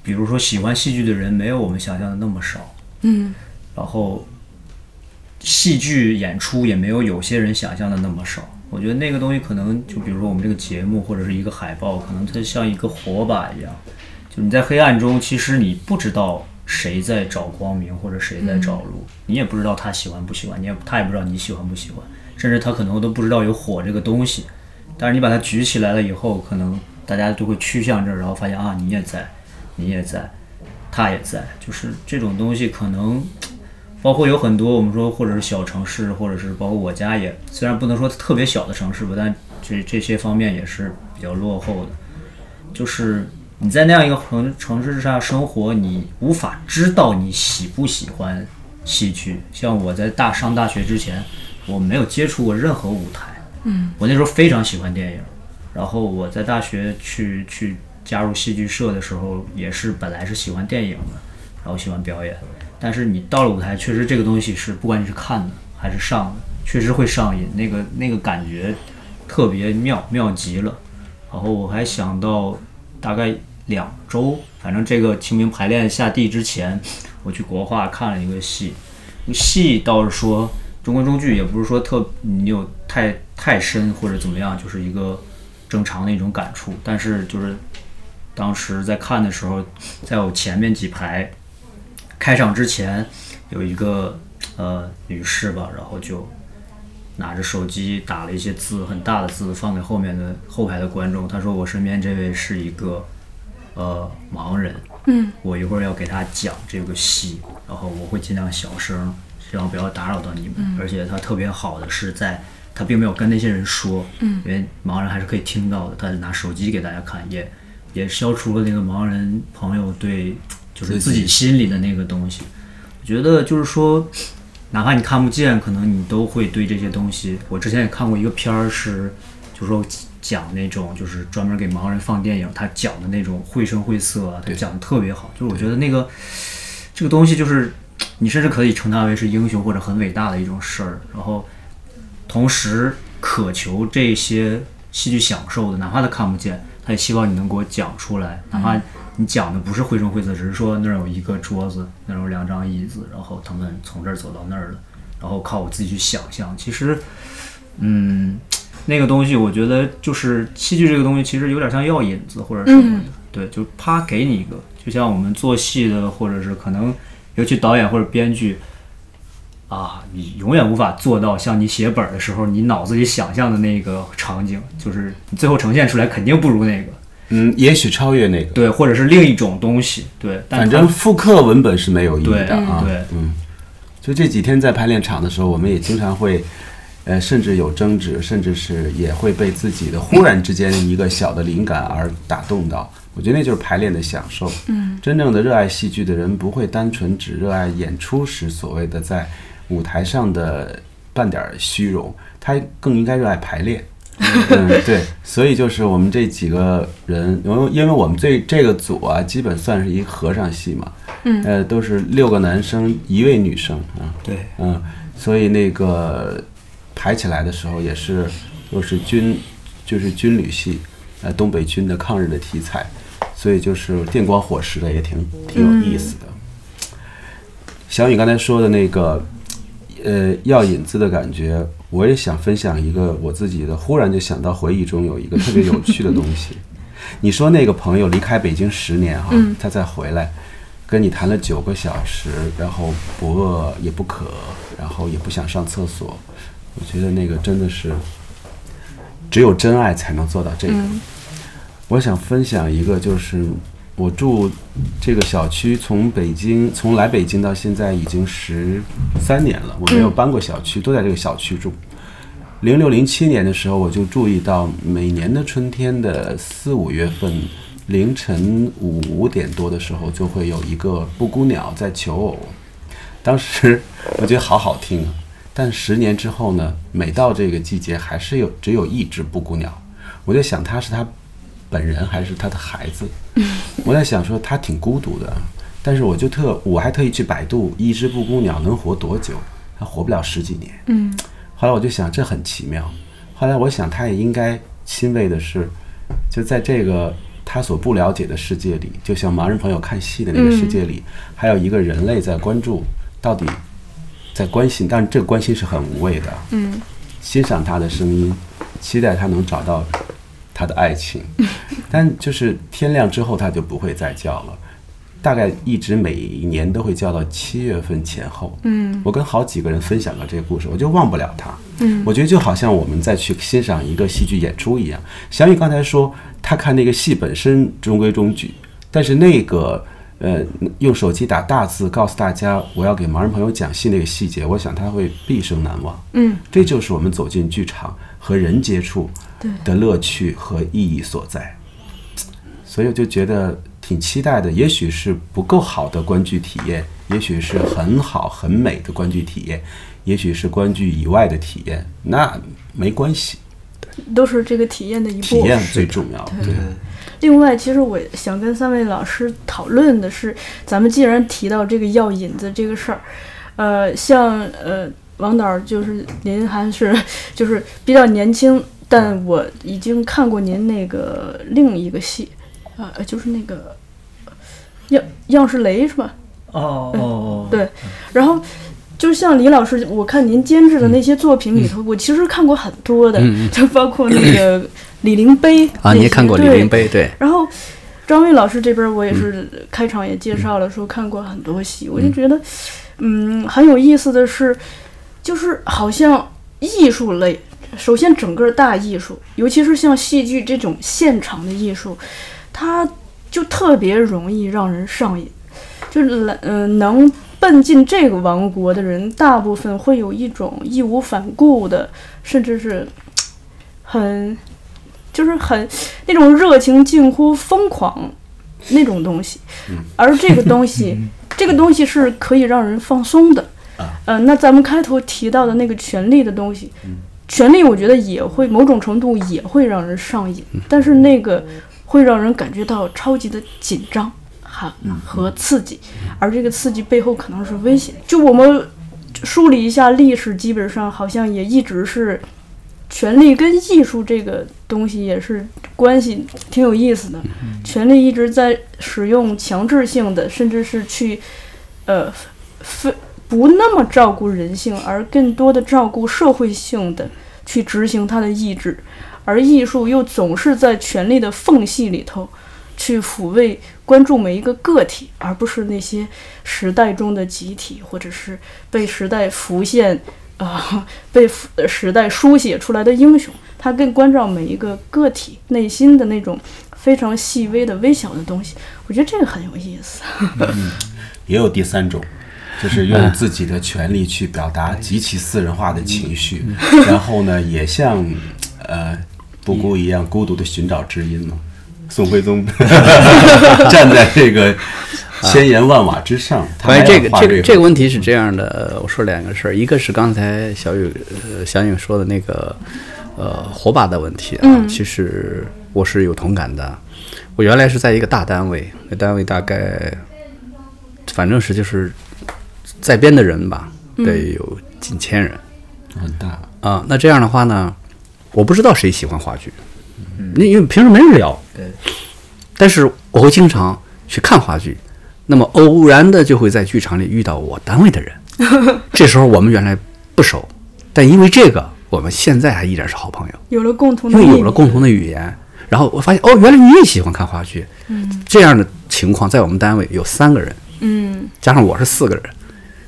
D: 比如说喜欢戏剧的人没有我们想象的那么少，
B: 嗯，
D: 然后戏剧演出也没有有些人想象的那么少。我觉得那个东西可能就比如说我们这个节目或者是一个海报，可能它像一个火把一样，就你在黑暗中，其实你不知道谁在找光明或者谁在找路，你也不知道他喜欢不喜欢，你也他也不知道你喜欢不喜欢，甚至他可能都不知道有火这个东西。但是你把它举起来了以后，可能大家就会趋向这儿，然后发现啊，你也在，你也在，他也在，就是这种东西可能。包括有很多我们说，或者是小城市，或者是包括我家也，虽然不能说特别小的城市吧，但这这些方面也是比较落后的。就是你在那样一个城城市上生活，你无法知道你喜不喜欢戏剧。像我在大上大学之前，我没有接触过任何舞台。嗯，我那时候非常喜欢电影，然后我在大学去去加入戏剧社的时候，也是本来是喜欢电影的，然后喜欢表演，但是你到了舞台，确实这个东西是不管你是看的还是上的，确实会上瘾，那个那个感觉特别妙，妙极了。然后我还想到，大概两周，反正这个清明排练下地之前，我去国画看了一个戏，戏倒是说中规中矩，也不是说特你有太太深或者怎么样，就是一个正常的一种感触。但是就是当时在看的时候，在我前面几排开场之前，有一个呃女士吧，然后就拿着手机打了一些字，很大的字放给后面的后排的观众。她说：“我身边这位是一个呃盲人，嗯，我一会儿要给他讲这个戏，然后我会尽量小声，希望不要打扰到你们。而且他特别好的是在。”他并没有跟那些人说，嗯，因为盲人还是可以听到的。他拿手机给大家看，也也消除了那个盲人朋友对就是自己心里的那个东西。我觉得就是说，哪怕你看不见，可能你都会对这些东西。我之前也看过一个片儿，是就是说讲那种就是专门给盲人放电影，他讲的那种绘声绘色啊，他讲的特别好。就是我觉得那个这个东西，就是你甚至可以称它为是英雄或者很伟大的一种事儿。然后同时渴求这些戏剧享受的，哪怕他看不见，他也希望你能给我讲出来。哪怕你讲的不是绘声绘色，只是说那儿有一个桌子，那儿有两张椅子，然后他们从这儿走到那儿了，然后靠我自己去想象。其实，嗯，那个东西我觉得就是戏剧这个东西，其实有点像药引子或者什么的，对，就啪给你一个。就像我们做戏的，或者是可能尤其导演或者编剧，啊，你永远无法做到像你写本儿的时候，你脑子里想象的那个场景，就是你最后呈现出来肯定不如那个，
E: 嗯，也许超越那个，
D: 对，或者是另一种东西，对，但
E: 反
D: 它
E: 正复刻文本是没有意义
D: 对
E: 的啊。
D: 对，
E: 嗯，就这几天在排练场的时候，我们也经常会，呃，甚至有争执，甚至是也会被自己的忽然之间的一个小的灵感而打动到。我觉得那就是排练的享受。嗯，真正的热爱戏剧的人，不会单纯只热爱演出时所谓的在舞台上的半点儿虚荣，他更应该热爱排 练。嗯，对，所以就是我们这几个人，因为因为我们这这个组啊，基本算是一合唱戏嘛，嗯，呃，都是六个男生，一位女生啊，
D: 对，
E: 嗯，所以那个排起来的时候也是，又是军，就是军旅戏，呃，东北军的抗日的题材，所以就是电光火石的，也挺挺有意思的。小雨刚才说的那个，呃，药引子的感觉，我也想分享一个我自己的，忽然就想到回忆中有一个特别有趣的东西。你说那个朋友离开北京十年哈、他再回来，跟你谈了九个小时，然后不饿也不渴，然后也不想上厕所，我觉得那个真的是只有真爱才能做到这个。我想分享一个，就是我住这个小区，从北京从来北京到现在已经十三年了，我没有搬过小区，都在这个小区住。零六零七年的时候，我就注意到每年的春天的四五月份凌晨五点多的时候，就会有一个布谷鸟在求偶。当时我觉得好好听啊，但十年之后呢，每到这个季节还是有只有一只布谷鸟，我就想它是它本人还是它的孩子。 我在想说它挺孤独的，但是我就特我还特意去百度一只布谷鸟能活多久，它活不了十几年。嗯，后来我就想这很奇妙，后来我想它也应该欣慰的是，就在这个。他所不了解的世界里，就像盲人朋友看戏的那个世界里，还有一个人类在关注到底在关心，但这个关心是很无谓的。嗯，欣赏他的声音，期待他能找到他的爱情，但就是天亮之后他就不会再叫了。大概一直每一年都会叫到七月份前后。嗯，我跟好几个人分享过这个故事，我就忘不了他。嗯，我觉得就好像我们在去欣赏一个戏剧演出一样。小雨刚才说他看那个戏本身中规中矩，但是那个呃用手机打大字告诉大家我要给盲人朋友讲戏那个细节，我想他会毕生难忘。嗯，这就是我们走进剧场和人接触的乐趣和意义所在。所以我就觉得挺期待的。也许是不够好的观剧体验，也许是很好很美的观剧体验，也许是观剧以外的体验，那没关系，
B: 都是这个体验的一
E: 体
B: 部分
E: 验。最重要。对，
B: 另外，其实我想跟三位老师讨论的是，咱们既然提到这个药引子这个事儿，呃，像呃王导儿就是您还是就是比较年轻，但我已经看过您那个另一个戏，啊、呃，就是那个样样式雷是吧？
D: 哦哦哦，
B: 对，然后就像李老师，我看您监制的那些作品里
C: 嗯
B: 头，我其实看过很多的，就包括那个《李陵碑》
C: 啊，你也看过《李陵
B: 碑。
C: 碑》对，
B: 然后张卫老师这边我也是开场也介绍了，说看过很多戏，我就觉得，嗯，很有意思的是，就是好像艺术类，首先整个大艺术，尤其是像戏剧这种现场的艺术，它就特别容易让人上瘾，就是嗯、呃能。奔进这个王国的人，大部分会有一种义无反顾的，甚至是很就是很那种热情近乎疯狂那种东西，而这个东西，这个东西是可以让人放松的。呃，那咱们开头提到的那个权力的东西，权力我觉得也会某种程度也会让人上瘾，但是那个会让人感觉到超级的紧张。哈和刺激，而这个刺激背后可能是危险。就我们梳理一下历史，基本上好像也一直是权力跟艺术这个东西也是关系挺有意思的。权力一直在使用强制性的，甚至是去呃非不那么照顾人性，而更多的照顾社会性的去执行它的意志，而艺术又总是在权力的缝隙里头去抚慰。关注每一个个体，而不是那些时代中的集体，或者是被时代浮现啊、呃被浮时代书写出来的英雄，他更关照每一个个体内心的那种非常细微的、微小的东西。我觉得这个很有意思。
E: 也有第三种，就是用自己的权利去表达极其私人化的情绪，然后呢，也像
C: 嗯
E: 呃布谷一样孤独的寻找知音嘛。宋 徽宗站在这个千言万瓦之上，他
C: 关于
E: 还
C: 这
E: 要
C: 个
E: 画
C: 这个这个
E: 个
C: 问题是这样的，呃我说两个事儿，一个是刚才小雨呃小颖说的那个呃火把的问题啊，其实我是有同感的。我原来是在一个大单位，那单位大概反正是就是在编的人吧，得有近千人。
E: 很大，
C: 啊，那这样的话呢，我不知道谁喜欢话剧，
E: 嗯
C: 那因为平时没人聊，
D: 对，
C: 但是我会经常去看话剧，那么偶然的就会在剧场里遇到我单位的人，这时候我们原来不熟，但因为这个，我们现在还依然是好朋友，
B: 有了共同
C: 因
B: 的
C: 为
B: 秘密，
C: 有了共同的语言，然后我发现哦，原来你也喜欢看话剧，这样的情况在我们单位有三个人，
B: 嗯
C: 加上我是四个人，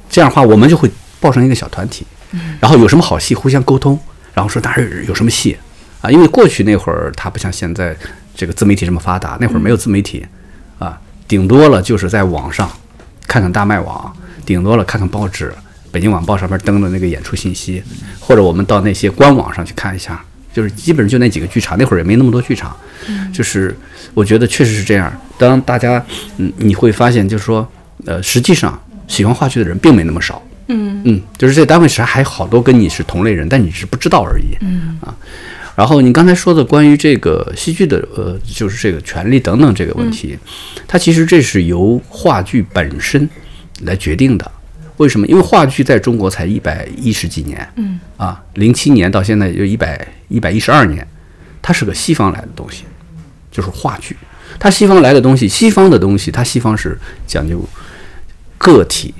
C: 这样的话我们就会抱成一个小团体，
B: 嗯
C: 然后有什么好戏互相沟通，然后说哪儿有什么戏啊？因为过去那会儿它不像现在这个自媒体这么发达，那会儿没
B: 嗯
C: 有自媒体啊，顶多了就是在网上看看大麦网，顶多了看看报纸，北京晚报上面登的那个演出信息，或者我们到那些官网上去看一下。就是基本上就那几个剧场，那会儿也没那么多剧场，就是我觉得确实是这样。当大家，嗯，你会发现，就是说，呃，实际上喜欢话剧的人并没那么少。
B: 嗯
C: 嗯，就是这单位时还好多跟你是同类人，但你是不知道而已。嗯啊，然后你刚才说的关于这个戏剧的呃，就是这个权利等等这个问题，它其实这是由话剧本身来决定的。为什么？因为话剧在中国才一百一十几年，嗯啊，零七年到现在也就一百一百一十二年，它是个西方来的东西，就是话剧。它西方来的东西，西方的东西，它西方是讲究个体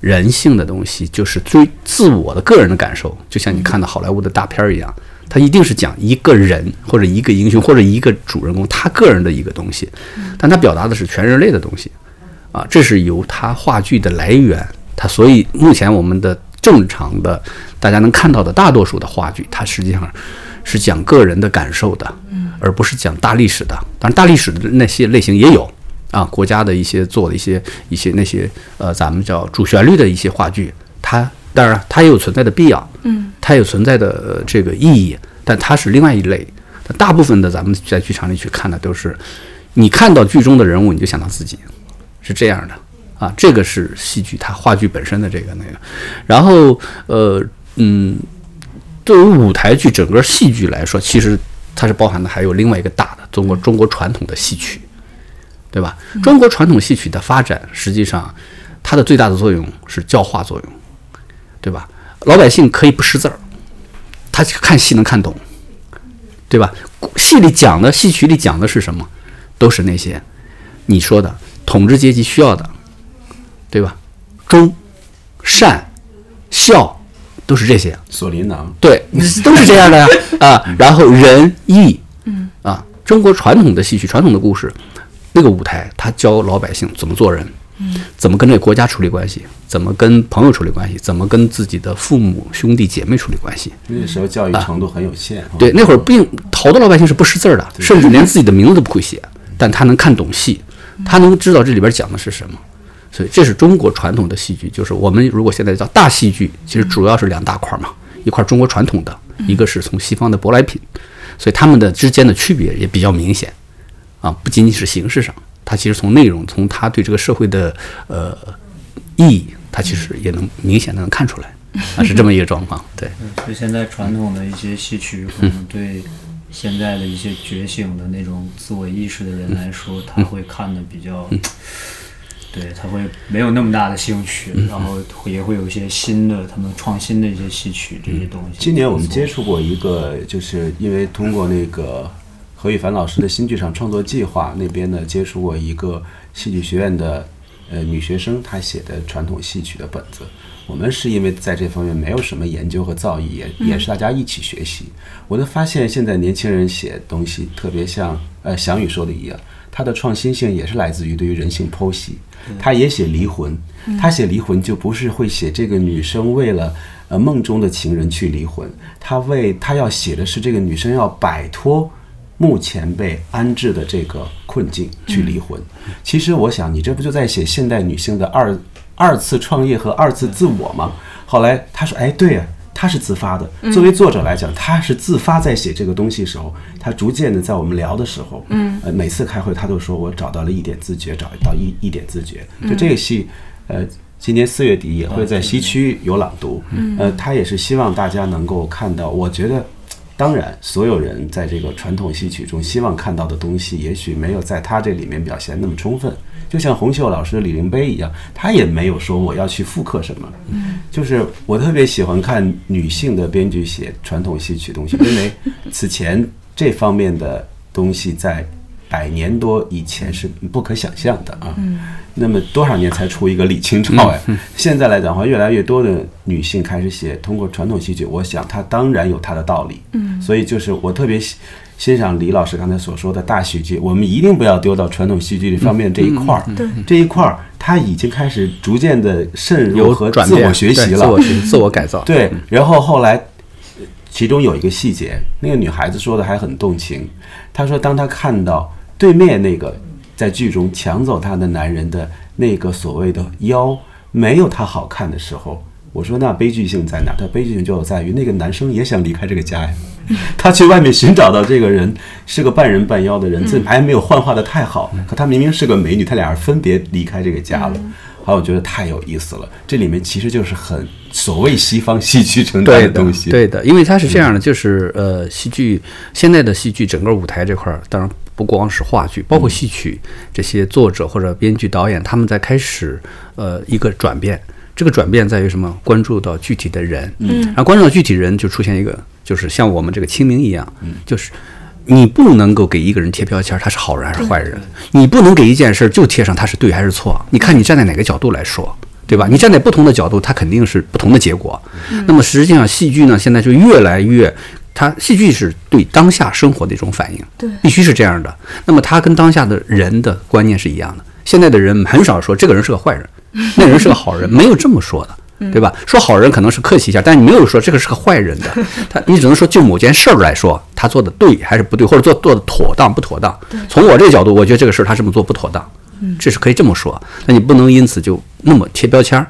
C: 人性的东西，就是追自我的个人的感受，就像你看的好莱坞的大片儿一样，它一定是讲一个人或者一个英雄或者一个主人公他个人的一个东西，但他表达的是全人类的东西，啊，这是由他话剧的来源，它所以目前我们的正常的大家能看到的大多数的话剧，它实际上是讲个人的感受的，而不是讲大历史的。当然，大历史的那些类型也有啊，国家的一些做的一些一些那些呃，咱们叫主旋律的一些话剧，它当然它也有存在的必要，
B: 嗯，
C: 它有存在的呃这个意义，但它是另外一类。但大部分的咱们在剧场里去看的都是，你看到剧中的人物，你就想到自己，是这样的啊，这个是戏剧它话剧本身的这个那个，然后呃嗯，对于舞台剧整个戏剧来说，其实它是包含的还有另外一个大的中国中国传统的戏曲，对吧？中国传统戏曲的发展，实际上它的最大的作用是教化作用，对吧？老百姓可以不识字儿，他去看戏能看懂，对吧？戏里讲的、戏曲里讲的是什么？都是那些你说的统治阶级需要的，对吧？忠、善、孝，都是这些。
E: 索林囊。
C: 对， 都是这样的呀啊。然后仁义，嗯啊，中国传统的戏曲、传统的故事，那个舞台，他教老百姓怎么做人，怎么跟这个国家处理关系，怎么跟朋友处理关系，怎么跟自己的父母、兄弟姐妹处理关系。
E: 那时候教育程度很有限，哈
C: 对，那会儿并好多老百姓是不识字儿的，甚至连自己的名字都不会写，但他能看懂戏，他能知道这里边讲的是什么。所以这是中国传统的戏剧，就是我们如果现在叫大戏剧，其实主要是两大块儿嘛，一块儿中国传统的，一个是从西方的舶来品，所以他们的之间的区别也比较明显。啊，不仅仅是形式上，它其实从内容，从他对这个社会的呃意义，它其实也能明显的能看出来，啊，是这么一个状况。对，
D: 就现在传统的一些戏曲，可能对现在的一些觉醒的那种自我意识的人来说，他会看的比 较，对他会没有那么大的兴趣，
E: 嗯
D: 然后也会有一些新的他们创新的一些戏曲这些东西。
E: 今年我们接触过一个，就是因为通过那个何羽凡老师的新剧场创作计划那边呢，接触过一个戏剧学院的呃女学生，她写的传统戏曲的本子。我们是因为在这方面没有什么研究和造诣，也也是大家一起学习。我就发现现在年轻人写东西特别像呃翔宇说的一样，他的创新性也是来自于对于人性剖析。他也写离婚，他写离婚就不是会写这个女生为了呃梦中的情人去离婚，他为他要写的是这个女生要摆脱目前被安置的这个困境去离婚。其实我想，你这不就在写现代女性的二二次创业和二次自我嘛。后来他说：“哎，对呀、他是自发的。作为作者来讲，他是自发在写这个东西时候，他逐渐的在我们聊的时候，嗯，呃，每次开会他都说我找到了一点自觉，找到一一点自觉。就这个戏，呃，今嗯年四月底也会在西区有朗读，呃，他也是希望大家能够看到。我觉得，当然，所有人在这个传统戏曲中希望看到的东西，也许没有在他这里面表现那么充分。就像洪秀老师、李玲碑一样，他也没有说我要去复刻什么。嗯，就是我特别喜欢看女性的编剧写传统戏曲东西，因 为此前这方面的东西在百年多以前是不可想象的啊。那么多少年才出一个李清照呀？现在来讲的话，越来越多的女性开始写通过传统戏曲，我想它当然有它的道理。嗯，所以就是我特别喜欣赏李老师刚才所说的大戏剧，我们一定不要丢到传统戏剧这方面这一块儿。对、这一块儿它已经开始逐渐的渗入
C: 有
E: 和
C: 转
E: 自
C: 变，
E: 我学习
C: 对
E: 了。
C: 自 我学习、自嗯我改造。
E: 对，然后后来，呃其中有一个细节，那个女孩子说的还很动情。她说，当她看到对面那个在剧中抢走她的男人的那个所谓的腰没有她好看的时候，我说那悲剧性在哪？她悲剧性就在于那个男生也想离开这个家呀。 他去外面寻找到这个人是个半人半妖的人，这还没有幻化的太好，可他明明是个美女，他俩人分别离开这个家了。还有我觉得太有意思了，这里面其实就是很所谓西方戏剧承担
C: 对
E: 的东西。嗯
C: 对的，因为它是这样的，就是呃，戏剧现在的戏剧整个舞台这块儿，当然不光是话
E: 嗯
C: 剧，包括戏曲这些作者或者编剧、导演，他们在开始呃一个转变。这个转变在于什么？关注到具体的人，嗯，然后关注到具体人，就出现一个，就是像我们这个清明一样，
E: 嗯
C: 就是你不能够给一个人贴标签儿，他是好人还是坏人，你不能给一件事儿就贴上他是对还是错，你看你站在哪个角度来说。对吧？你站在不同的角度，它肯定是不同的结果。那么实际上，戏剧呢，现在就越来越，它戏剧是对当下生活的一种反应，
B: 对
C: 必须是这样的。那么它跟当下的人的观念是一样的。现在的人很少说这个人是个坏人， 那人是个好人，没有这么说的。对吧？说好人可能是客气一下，但你没有说这个是个坏人的，他你只能说就某件事儿来说，他做的对还是不对，或者做做的妥当不妥当。从我这个角度，我觉得这个事儿他这么做不妥当，这是可以这么说。那你不能因此就那么贴标签儿。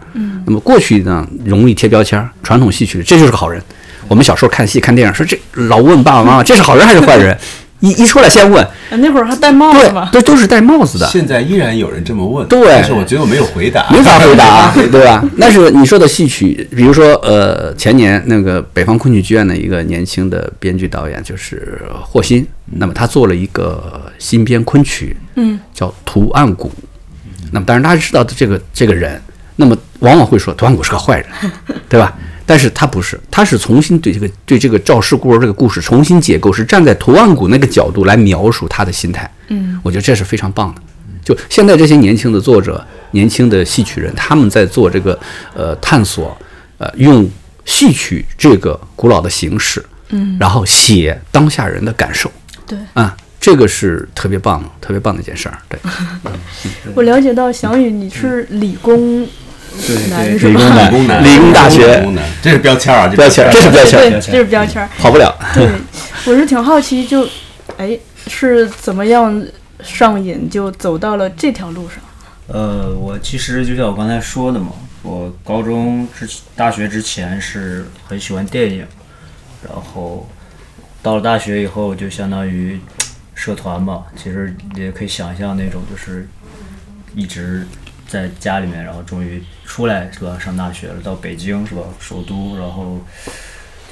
C: 那么过去呢，容易贴标签儿，传统戏曲这就是个好人。我们小时候看戏看电影说这老问爸爸妈妈这是好人还是坏人，一一出来先问，
B: 那会儿还戴帽子嘛
C: 对，，这都是戴帽子的。
E: 现在依然有人这么问，
C: 对
E: 但是我觉得我没有回答。
C: 没法回答，啊对吧？那是你说的戏曲，比如说呃，前年那个北方昆曲剧院的一个年轻的编剧导演就是霍新，那么他做了一个新编昆曲，嗯，叫《图案谷》。那么当然大家知道这个这个人，那么往往会说图案谷是个坏人，对吧？但是他不是，他是重新对这个对这个赵氏孤儿这个故事重新解构，是站在图案谷那个角度来描述他的心态。嗯，我觉得这是非常棒的。就现在这些年轻的作者、年轻的戏曲人，他们在做这个呃探索，呃，用戏曲这个古老的形式，嗯，然后写当下人的感受
B: 对。
C: 啊，这个是特别棒、特别棒的一件事儿。 对，
B: 我了解到翔宇你是理工男是吧？
C: 理工
E: 理
C: 男
E: 工男，
C: 理工大学
E: 理工男，这是标签啊，
C: 标签儿，这是标
B: 对
C: 签
B: 对，
C: 儿，
B: 这是标签儿。
C: 跑不了。
B: 对，我是挺好奇，就哎是怎么样上瘾，就走到了这条路上。
D: 呃，我其实就像我刚才说的嘛，我高中之大学之前是很喜欢电影，然后到了大学以后就相当于社团嘛，其实也可以想象那种就是一直在家里面，然后终于出来是吧？上大学了，到北京是吧？首都，然后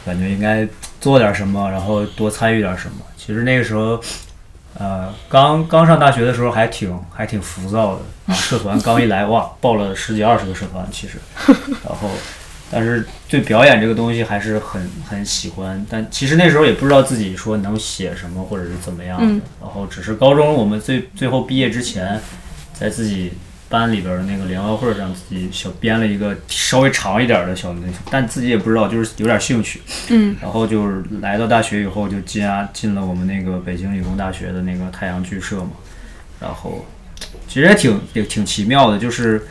D: 感觉应该做点什么，然后多参与点什么。其实那个时候。呃，刚刚上大学的时候还挺还挺浮躁的，啊、社团刚一来哇，报了十几二十个社团其实，然后，但是对表演这个东西还是很很喜欢，但其实那时候也不知道自己说能写什么或者是怎么样的，然后只是高中我们最最后毕业之前，在自己班里边儿那个联欢会上自己小编了一个稍微长一点儿的小那，但自己也不知道，就是有点兴趣，然后就是来到大学以后就进啊进了我们那个北京理工大学的那个太阳剧社嘛，然后其实也挺也挺奇妙的，就是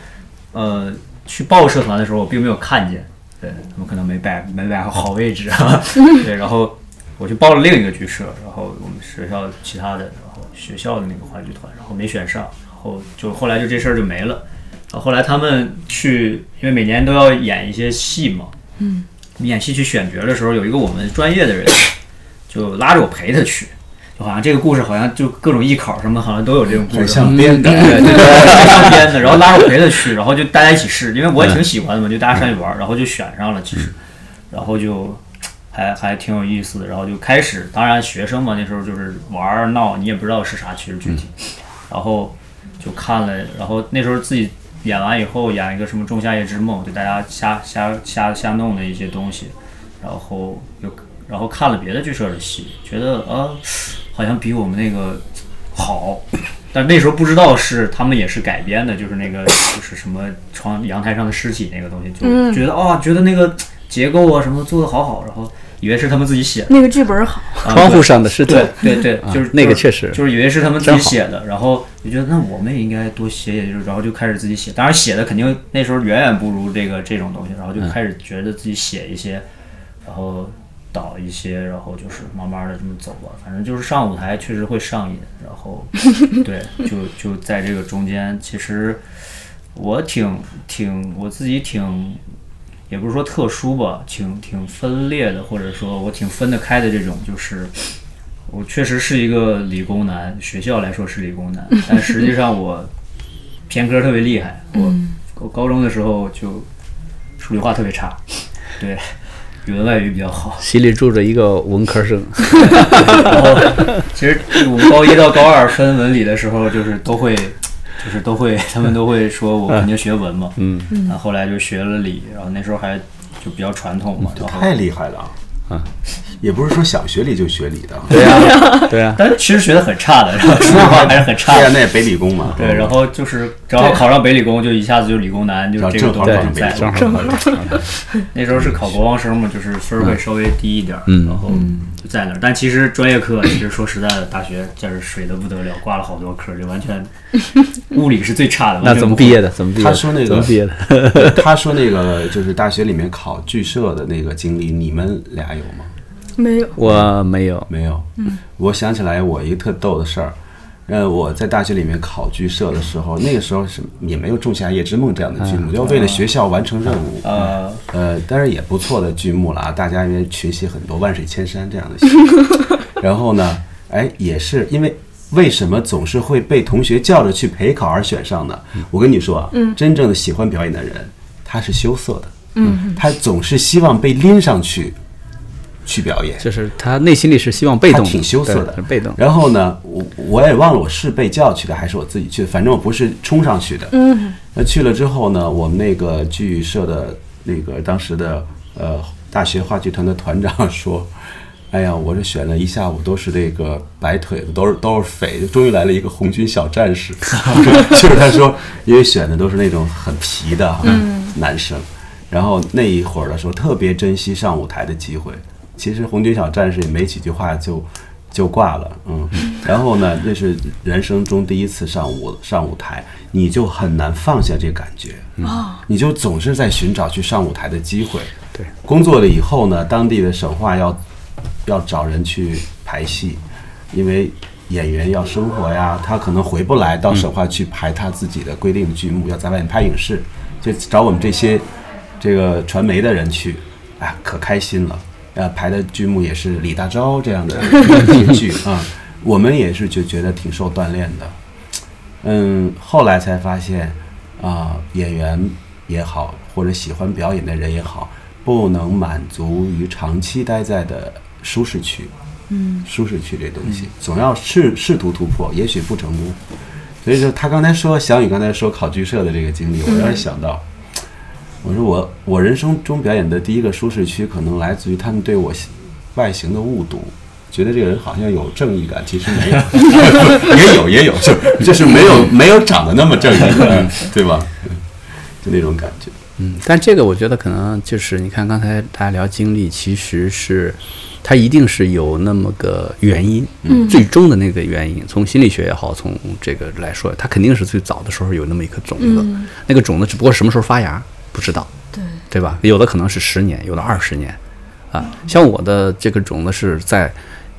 D: 呃去报社团的时候我并没有看见，对他们可能没摆没摆好位置啊，对，然后我去报了另一个剧社，然后我们学校其他的，然后学校的那个话剧团，然后没选上，然后就后来就这事儿就没了。呃后来他们去，因为每年都要演一些戏嘛，嗯，演戏去选角的时候，有一个我们专业的人就拉着我陪他去，就好像这个故事好像就各种艺考什么，好像都有这种故
E: 很
D: 事，
E: 像 编的。
D: 当编的，然后拉着我陪他去，然后就大家一起试，因为我也挺喜欢的嘛，就大家上去玩儿，然后就选上了，其实，然后就还还挺有意思的，然后就开始，当然学生嘛，那时候就是玩儿闹，你也不知道是啥，其实具体，然后就看了，然后那时候自己演完以后演一个什么《仲夏夜之梦》，就大家瞎瞎瞎瞎弄的一些东西，然后又然后看了别的剧社的戏，觉得啊，好像比我们那个好。 但那时候不知道是他们也是改编的，就是那个就是什么床阳台上的尸体那个东西，就觉得啊、觉得那个结构啊什么做的好好，然后以为是他们自己写的。
B: 那个剧本好，
D: 啊
C: 窗户上的是
D: 对对对，就是
C: 啊那个
D: 就是
C: 确实
D: 就是以为是他们自
C: 真
D: 己
C: 好
D: 写的，然后就觉得那我们也应该多写写，就是然后就开始自己写，当然写的肯定那时候远远不如这个这种东西，然后就
C: 嗯
D: 开始觉得自己写一些，然后导一些，然后就是慢慢的这么走吧，反正就是上舞台确实会上瘾，然 后对，就就在这个中间，其实我挺挺我自己挺。也不是说特殊吧，挺挺分裂的，或者说我挺分得开的这种，就是我确实是一个理工男，学校来说是理工男，但实际上我偏科特别厉害。我我高中的时候就数理化特别差，对，语文外语比较好。
C: 心里住着一个文科 生，
D: 然后其实我们高一到高二分文理的时候，就是都会，就是都会，他们都会说我肯定学文嘛。嗯。然后后来就学了理，然后那时候还就比较传统嘛，然后
E: 嗯太厉害了啊！也不是说小学里就学理的，
C: 嗯对呀，对啊呀，
D: 但是其实学的很差的，然 后数理化还是很差
E: 对
D: 的
E: 呀，。那也北理工嘛。
D: 对，然后就是正好考上北理工，就一下子就理工男，就
E: 然后
D: 这个
E: 啊正好
D: 东西
E: 考
C: 对
D: 就
E: 上北
D: 在
E: 理
C: 正好
E: 工
D: 那时候是考国王生嘛，就是分儿会稍微低一点儿，
C: 嗯
D: 然后就在那
E: 嗯
D: 儿。但其实专业课，其实说实在的，大学就是水的不得了，挂了好多科，就完全物理是最差 的。完
C: 那
D: 全
C: 怎么
D: 不会
C: 毕业的？怎么毕业的？
E: 他说那个
C: 怎么毕业的？
E: 他说那个就是大学里面考剧社的那个经历，你们俩有吗？
B: 没有
C: 我没有，
E: 没有。我想起来我一个特逗的事儿，呃，我在大学里面考剧社的时候，那个时候是也没有《仲夏夜之梦》这样的剧
C: 嗯
E: 目，要为了学校完成任务，
D: 呃，
E: 呃，当然也不错的剧目了啊，大家因为学习很多，万水千山这样的戏。然后呢，哎，也是因为为什么总是会被同学叫着去陪考而选上呢？我跟你说啊，真正的喜欢表演的人，他是羞涩的，嗯，他总是希望被拎上去去表演。
C: 就是他内心里是希望被
E: 他
C: 动的，
E: 挺羞涩
C: 对
E: 的
C: 是，被动。
E: 然后呢，我我也忘了我是被叫去的还是我自己去的，反正我不是冲上去的。嗯，那去了之后呢，我们那个剧社的那个当时的呃大学话剧团的团长说。 哎呀，我这选了一下午都是这个白腿子，都是都是匪，终于来了一个红军小战士。 就是他说，因为选的都是那种很皮的、男生，然后那一会儿的时候特别珍惜上舞台的机会。其实红军小战士也没几句话就就挂了，嗯。然后呢，那是人生中第一次上舞上舞台，你就很难放下这感觉，你就总是在寻找去上舞台的机会。
C: 对，
E: 工作了以后呢，当地的省话要要找人去排戏，因为演员要生活呀，他可能回不来到省话去排他自己的规定的剧目，要在外面拍影视，就找我们这些这个传媒的人去，啊，可开心了。啊，排的剧目也是李大钊这样的一些剧啊，我们也是就觉得挺受锻炼的。嗯，后来才发现，啊、演员也好，或者喜欢表演的人也好，不能满足于长期待在的舒适区。嗯，舒适区这东西，总要试试图突破，也许不成功。所以说，他刚才说小雨刚才说考剧社的这个经历，我
C: 嗯
E: 让人想到，我说我我人生中表演的第一个舒适区，可能来自于他们对我形外形的误读，觉得这个人好像有正义感，其实没有，也有 也有，就就是没
C: 嗯
E: 有没有长得那么正义，嗯对吧？就那种感觉。
C: 嗯，但这个我觉得可能就是你看刚才大家聊经历，其实是它一定是有那么个原因，嗯，最终的那个原因，从心理学也好，从这个来说，它肯定是最早的时候有那么一颗种子，那个种子只不过什么时候发芽不知道，嗯对对吧？有的可能是十年，有的二十年，啊，像我的这个种子是在，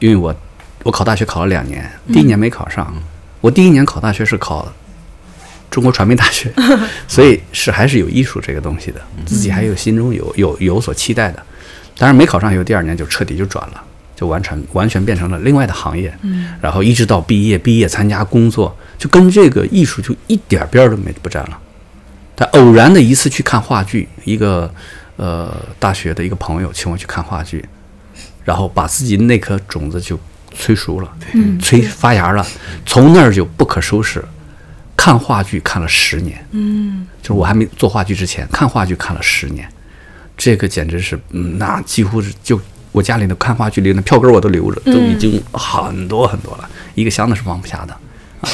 C: 因为我嗯我考大学考了两年，第一年没考上，我第一年考大学是考。中国传媒大 学，所以是还是有艺术这个东西的，自己还有心中有有有所期待的。当然没考上以后，第二年就彻底就转了，就完全完全变成了另外的行业。嗯，然后一直到毕业，毕业参加工作，就跟这个艺术就一点边儿都没不沾了。但偶然的一次去看话剧，一个呃大学的一个朋友请我去看话剧，然后把自己那颗种子就催熟了，催发芽了，从那儿就不可收拾。看话剧看了十年，嗯，就是我还没做话剧之前，看话剧看了十年，这个简直是，嗯，那几乎是就我家里的看话剧里的票根我都留着，都已经很多很多了，一个箱子是放不下的。啊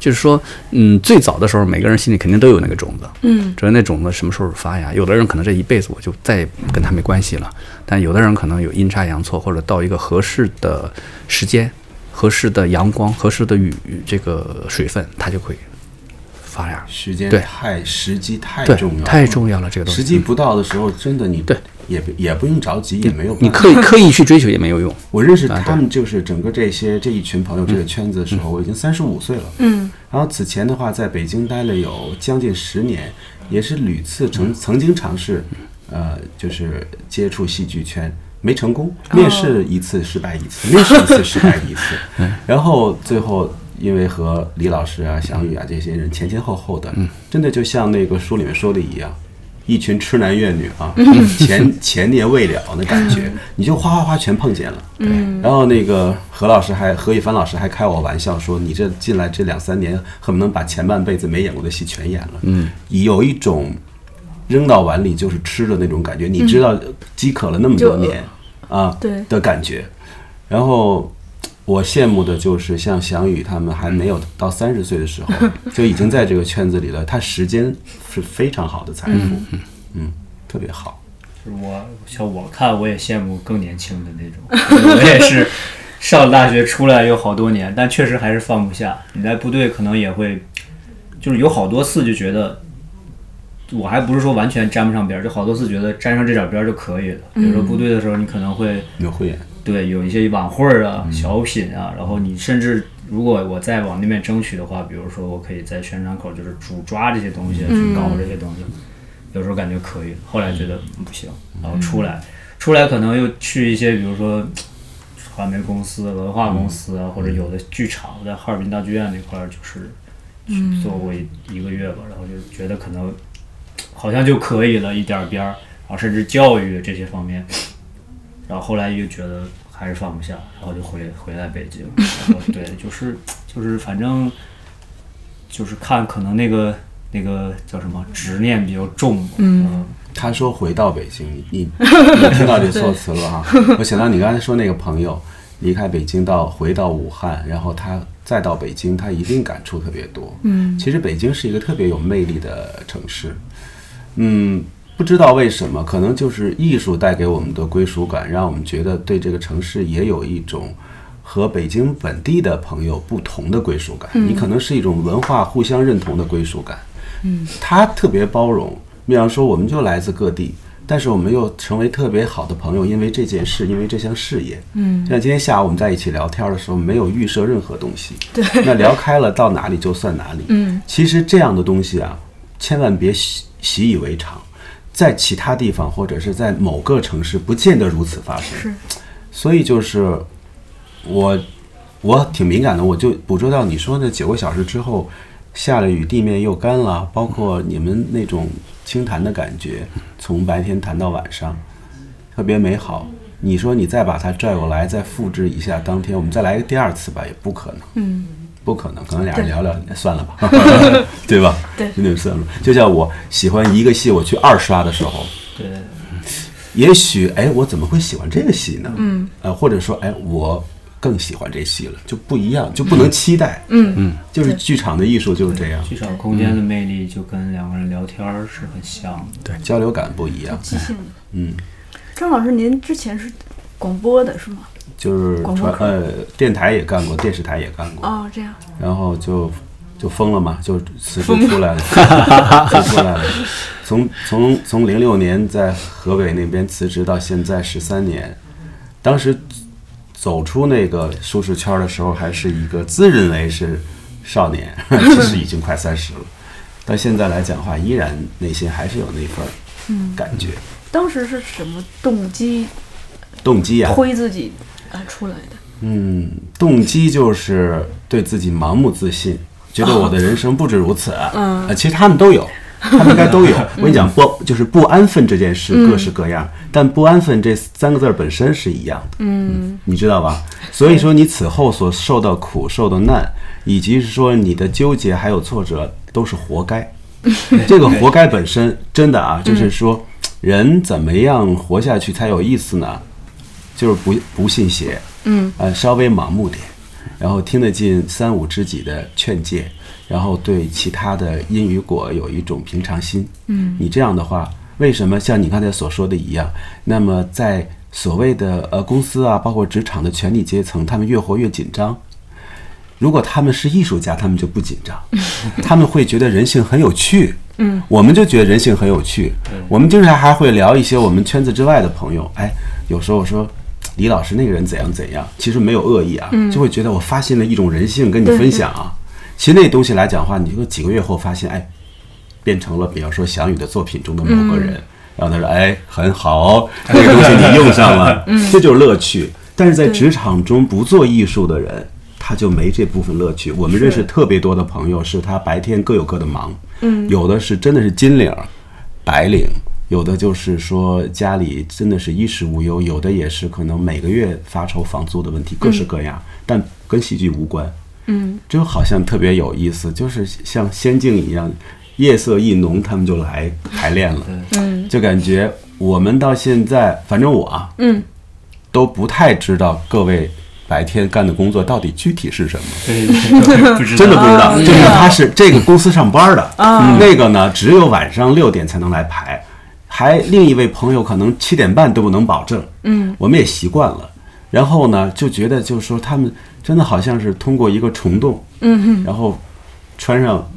C: 就是说，嗯，最早的时候，每个人心里肯定都有那个种子，嗯，只是那种子什么时候发芽。有的人可能这一辈子我就再也跟他没关系了，但有的人可能有阴差阳错，或者到一个合适的时间、合适的阳光、合适的雨这个水分，它就会发芽。
E: 时间
C: 对
E: 太时机太
C: 对
E: 重要，，
C: 太重要了，这个东西。嗯
E: 时机不到的时候，真的你
C: 对
E: 也不也不用着急，也没有
C: 你啊
E: 办
C: 刻
E: 法
C: 意刻意去追求也没有用。
E: 我认识他们就是整个这些这一群朋友这个
C: 嗯
E: 圈子的时候，我已经三十五岁了。嗯，然后此前的话，在北京待了有将近十年，也是屡次
C: 嗯
E: 曾曾经尝试，呃，就是接触戏剧圈。没成功，
C: 哦
E: 面试一次失败一次，面试一次失败 一次，
C: 嗯
E: 然后最后因为和李老师啊、翔宇啊这些人前前后后的，真的就像那个书里面说的一样，一群痴男怨女啊，前前年未了的感觉，你就哗哗哗全碰见了。对，然后那个何老师还何一凡老师还开我玩笑说，你这进来这两三年，恨不能把前半辈子没演过的戏全演了。嗯，有一种扔到碗里就是吃的那种感觉，你知道饥渴了那么多年啊，
B: 对
E: 的感觉。然后我羡慕的就是像翔宇他们还没有到三十岁的时候，就已经在这个圈子里了。他时间是非常好的财富，嗯特别好。
D: 就是我像我看我也羡慕更年轻的那种， 我也是上了大学出来有好多年，但确实还是放不下。你在部队可能也会，就是有好多次就觉得，我还不是说完全沾不上边儿，就好多次觉得沾上这点边儿就可以了。比如说部队的时候，你可能会
E: 有慧眼，
D: 对有一些晚会儿啊、小品啊，然后你甚至如果我再往那边争取的话，比如说我可以在宣传口就是主抓这些东西，去搞这些东西，有时候感觉可以，后来觉得不行，然后出来，出来可能又去一些比如说传媒公司、文化公司啊，或者有的剧场，在哈尔滨大剧院那块儿就是去做过一一个月吧，然后就觉得可能好像就可以了，一点儿边儿，然后甚至教育这些方面。然后后来又觉得还是放不下，然后就回回来北 京。然后对，就是就是反正就是看可能那个那个叫什么执念比较重吧。嗯，
E: 他说回到北京，你你你听到这措辞了哈、我想到你刚才说那个朋友离开北京到回到武汉，然后他再到北京，他一定感触特别多。嗯，其实北京是一个特别有魅力的城市。嗯，不知道为什么，可能就是艺术带给我们的归属感，让我们觉得对这个城市也有一种和北京本地的朋友不同的归属感。你可能是一种文化互相认同的归属感。嗯，他特别包容，比方说我们就来自各地。但是我们又成为特别好的朋友，因为这件事，因为这项事业。嗯，像今天下午我们在一起聊天的时候，没有预设任何东西。 对，那聊开了，到哪里就算哪里。嗯，其实这样的东西啊，千万别习习以为常，在其他地方或者是在某个城市，不见得如此发生。是，所以就是我我挺敏感的，我就捕捉到你说那九个小时之后下了雨，地面又干了，包括你们那种轻弹的感觉，从白天弹到晚上，特别美好。你说你再把它拽过来，再复制一下，当天我们再来个第二次吧，也不可能。嗯。不可能，可能俩人聊聊算了吧， 对吧？
B: 对
E: 有点算了。就像我喜欢一个戏，我去二刷的时候，
D: 对，
E: 也许哎，我怎么会喜欢这个戏呢？嗯，呃，或者说哎，我更喜欢这戏了，就不一样，就不能期待。嗯嗯，就是剧场的艺术就是这样，
D: 剧场空间的魅力就跟两个人聊天儿是很像的。对，
E: 交流感不一样，
B: 即兴的。
E: 嗯，
B: 张老师，您之前是广播的是吗？
E: 就是
B: 广播
E: 传
B: 课
E: 呃电台也干过，电视台也干过，
B: 哦，这样。
E: 然后就就疯了嘛，就辞职出来了，就出来了。从从从零六年在河北那边辞职到现在十三年，当时走出那个舒适 圈的时候，还是一个自认为是少年，其实已经快三十了。到现在来讲的话，依然内心还是有那份儿感觉、
B: 当时是什么动机
E: 动机啊。
B: 推自己啊出来的？
E: 嗯，动机就是对自己盲目自信，觉得我的人生不止如此。嗯、呃，其实他们都有， 他们应该都 有。我跟你讲，不就是不安分这件事各式各样，但不安分这三个字儿本身是一样的。嗯，你知道吧？所以说你此后所受的苦、受的难，以及是说你的纠结还有挫折，都是活 该。这个活该本身真的啊，就是说，人怎么样活下去才有意思呢？就是不不信邪，嗯，呃，稍微盲目点，然后听得进三五知己的劝诫，然后对其他的因与果有一种平常心，嗯，你这样的话，为什么像你刚才所说的一样？那么在所谓的呃公司啊，包括职场的权力阶层，他们越活越紧张。如果他们是艺术家，他们就不紧张，他们会觉得人性很有趣。嗯，我们就觉得人性很有趣。我们经常还会聊一些我们圈子之外的朋友。哎，有时候我说李老师那个人怎样怎样，其实没有恶意啊，就会觉得我发现了一种人性跟你分享啊。其实那东西来讲的话，你就几个月后发现，哎，变成了比方说翔宇的作品中的某个人。然后他说：“哎，很好哦，这个东西你用上了，这就是乐趣。但是在职场中不做艺术的人，他就没这部分乐趣。我们认识特别多的朋友，是他白天各有各的忙，嗯，有的是真的是金领儿、白领，有的就是说家里真的是衣食无忧，有的也是可能每个月发愁房租的问题，各式各样，但跟戏剧无关。嗯，就好像特别有意思，就是像仙境一样，夜色一浓，他们就来排练了。嗯，就感觉我们到现在，反正我啊，嗯，都不太知道各位白天干的工作到底具体是什么。
D: 对对 对，不知道
E: 真的不知道，就是他是这个公司上班的，
D: 嗯
E: 那个呢只有晚上六点才能来排，还另一位朋友可能七点半都不能保证，嗯，我们也习惯了，然后呢就觉得就是说他们真的好像是通过一个虫洞，嗯然后穿上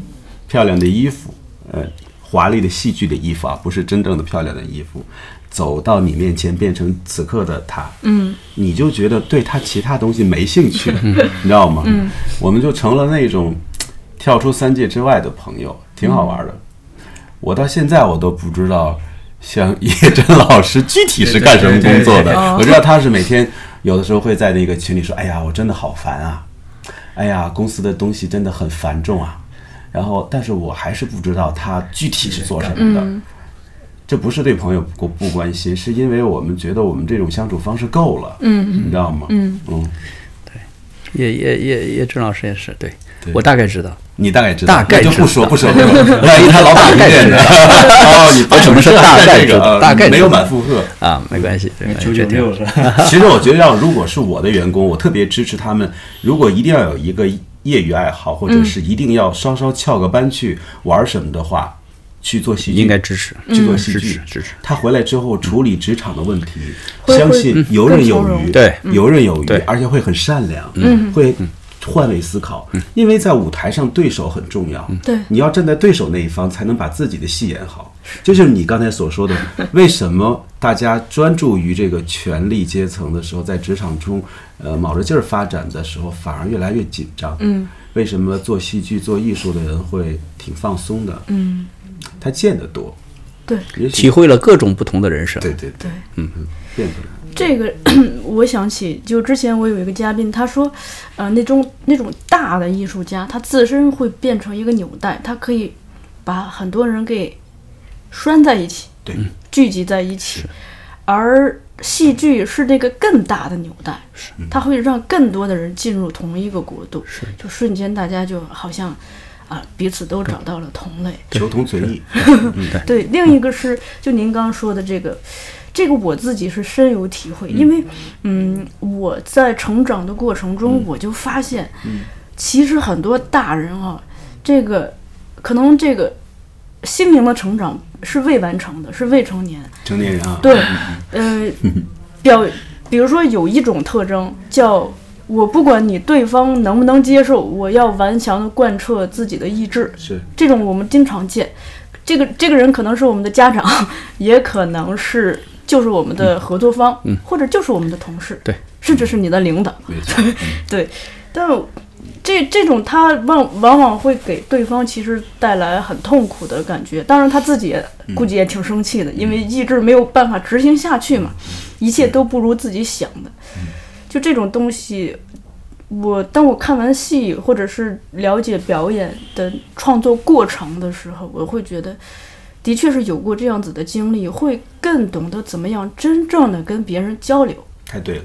E: 漂亮的衣服，呃，华丽的戏剧的衣服啊，不是真正的漂亮的衣服。走到你面前，变成此刻的他，嗯，你就觉得对他其他东西没兴 趣了，你知道吗？嗯，我们就成了那种跳出三界之外的朋友，挺好玩的。
D: 嗯
E: 我到现在我都不知道，像叶真老师具体是干什么工作
D: 对对对对哦
E: 的。我知道他是每天有的时候会在那个群里说：“哎呀，我真的好烦啊！哎呀，公司的东西真的很繁重啊。”然后，但是我还是不知道他具体是做什么的。这不是对朋友不不关心，是因为我们觉得我们这种相处方式够了，嗯，你知道吗？嗯
C: 叶叶叶叶郑老师也是，对
E: 对啊
C: 我大概知道，
E: 你大概知道，
C: 大概
E: 你就
C: 知道
E: 不说不说，万一他老
C: 大
E: 板
C: 概
E: 听见
C: 知
E: 呢？
C: 道
E: 哦，你不
C: 我只能说大概
E: 这
C: 知道
E: 个，
C: 大概
E: 呃没有
C: 知道
E: 满负荷。嗯
C: 啊，没关系，对
D: 哎九九
E: 哎
D: 六是吧？
E: 其实我觉得，要如果是我的员工，我特别支持他们，如果一定要有一个业余爱好，或
C: 嗯
E: 者是一定要稍稍翘个班去玩什么的话，去做戏剧
C: 应该支持，嗯
E: 去
B: 嗯
E: 做戏
C: 支
E: 剧
C: 持，支持，
E: 他回来之后处理职场的问题，
B: 会
E: 相信游刃有
B: 更从
E: 余，
B: 容嗯
C: 对
E: 游刃有余
C: 对，
E: 而且会很善良，会换位思考，
C: 嗯
E: 因为在舞台上对手很重要，
B: 对
E: 你要站在对手那一方，才能把自己的戏演好。这就是你刚才 所说的，为什么大家专注于这个权力阶层的时候，在职场中，呃，卯着劲儿发展的时候，反而越来越紧张。嗯，为什么做戏剧、做艺术的人会挺放松的？嗯，他见得多。
B: 对，
E: 也许
C: 体会了各种不同的人生，
E: 对对对，嗯，变出来。
B: 这个 我想起，就之前我有一个嘉宾，他说，呃，那种那种大的艺术家，他自身会变成一个纽带，他可以把很多人给拴在一起，
E: 对，
B: 聚集在一起，而戏剧是那个更大的纽带，它会让更多的人进入同一个国度，就瞬间大家就好像啊、彼此都找到了同类，
E: 求同存异，
B: 对，另一个是就您刚说的这个，这个我自己是深有体会，因为嗯，我在成长的过程中，我就发现，其实很多大人啊，这个可能这个心灵的成长是未完成的，是未成年，
E: 成年人啊，
B: 对，呃，表，比如说有一种特征叫。我不管你对方能不能接受，我要顽强的贯彻自己的意志。
E: 是
B: 这种我们经常见。这个这个人可能是我们的家长， 也可能是就是我们的合作方，或者就是我们的同事，
C: 对，
B: 甚至是你的领导，
E: 没错，
B: 对。但这这种他往往往会给对方其实带来很痛苦的感觉，当然他自己也估计也挺生气的，因为意志没有办法执行下去嘛，一切都不如自己想的。就这种东西，我当我看完戏或者是了解表演的创作过程的时候，我会觉得，的确是有过这样子的经历，会更懂得怎么样真正的跟别人交流。
E: 太对了，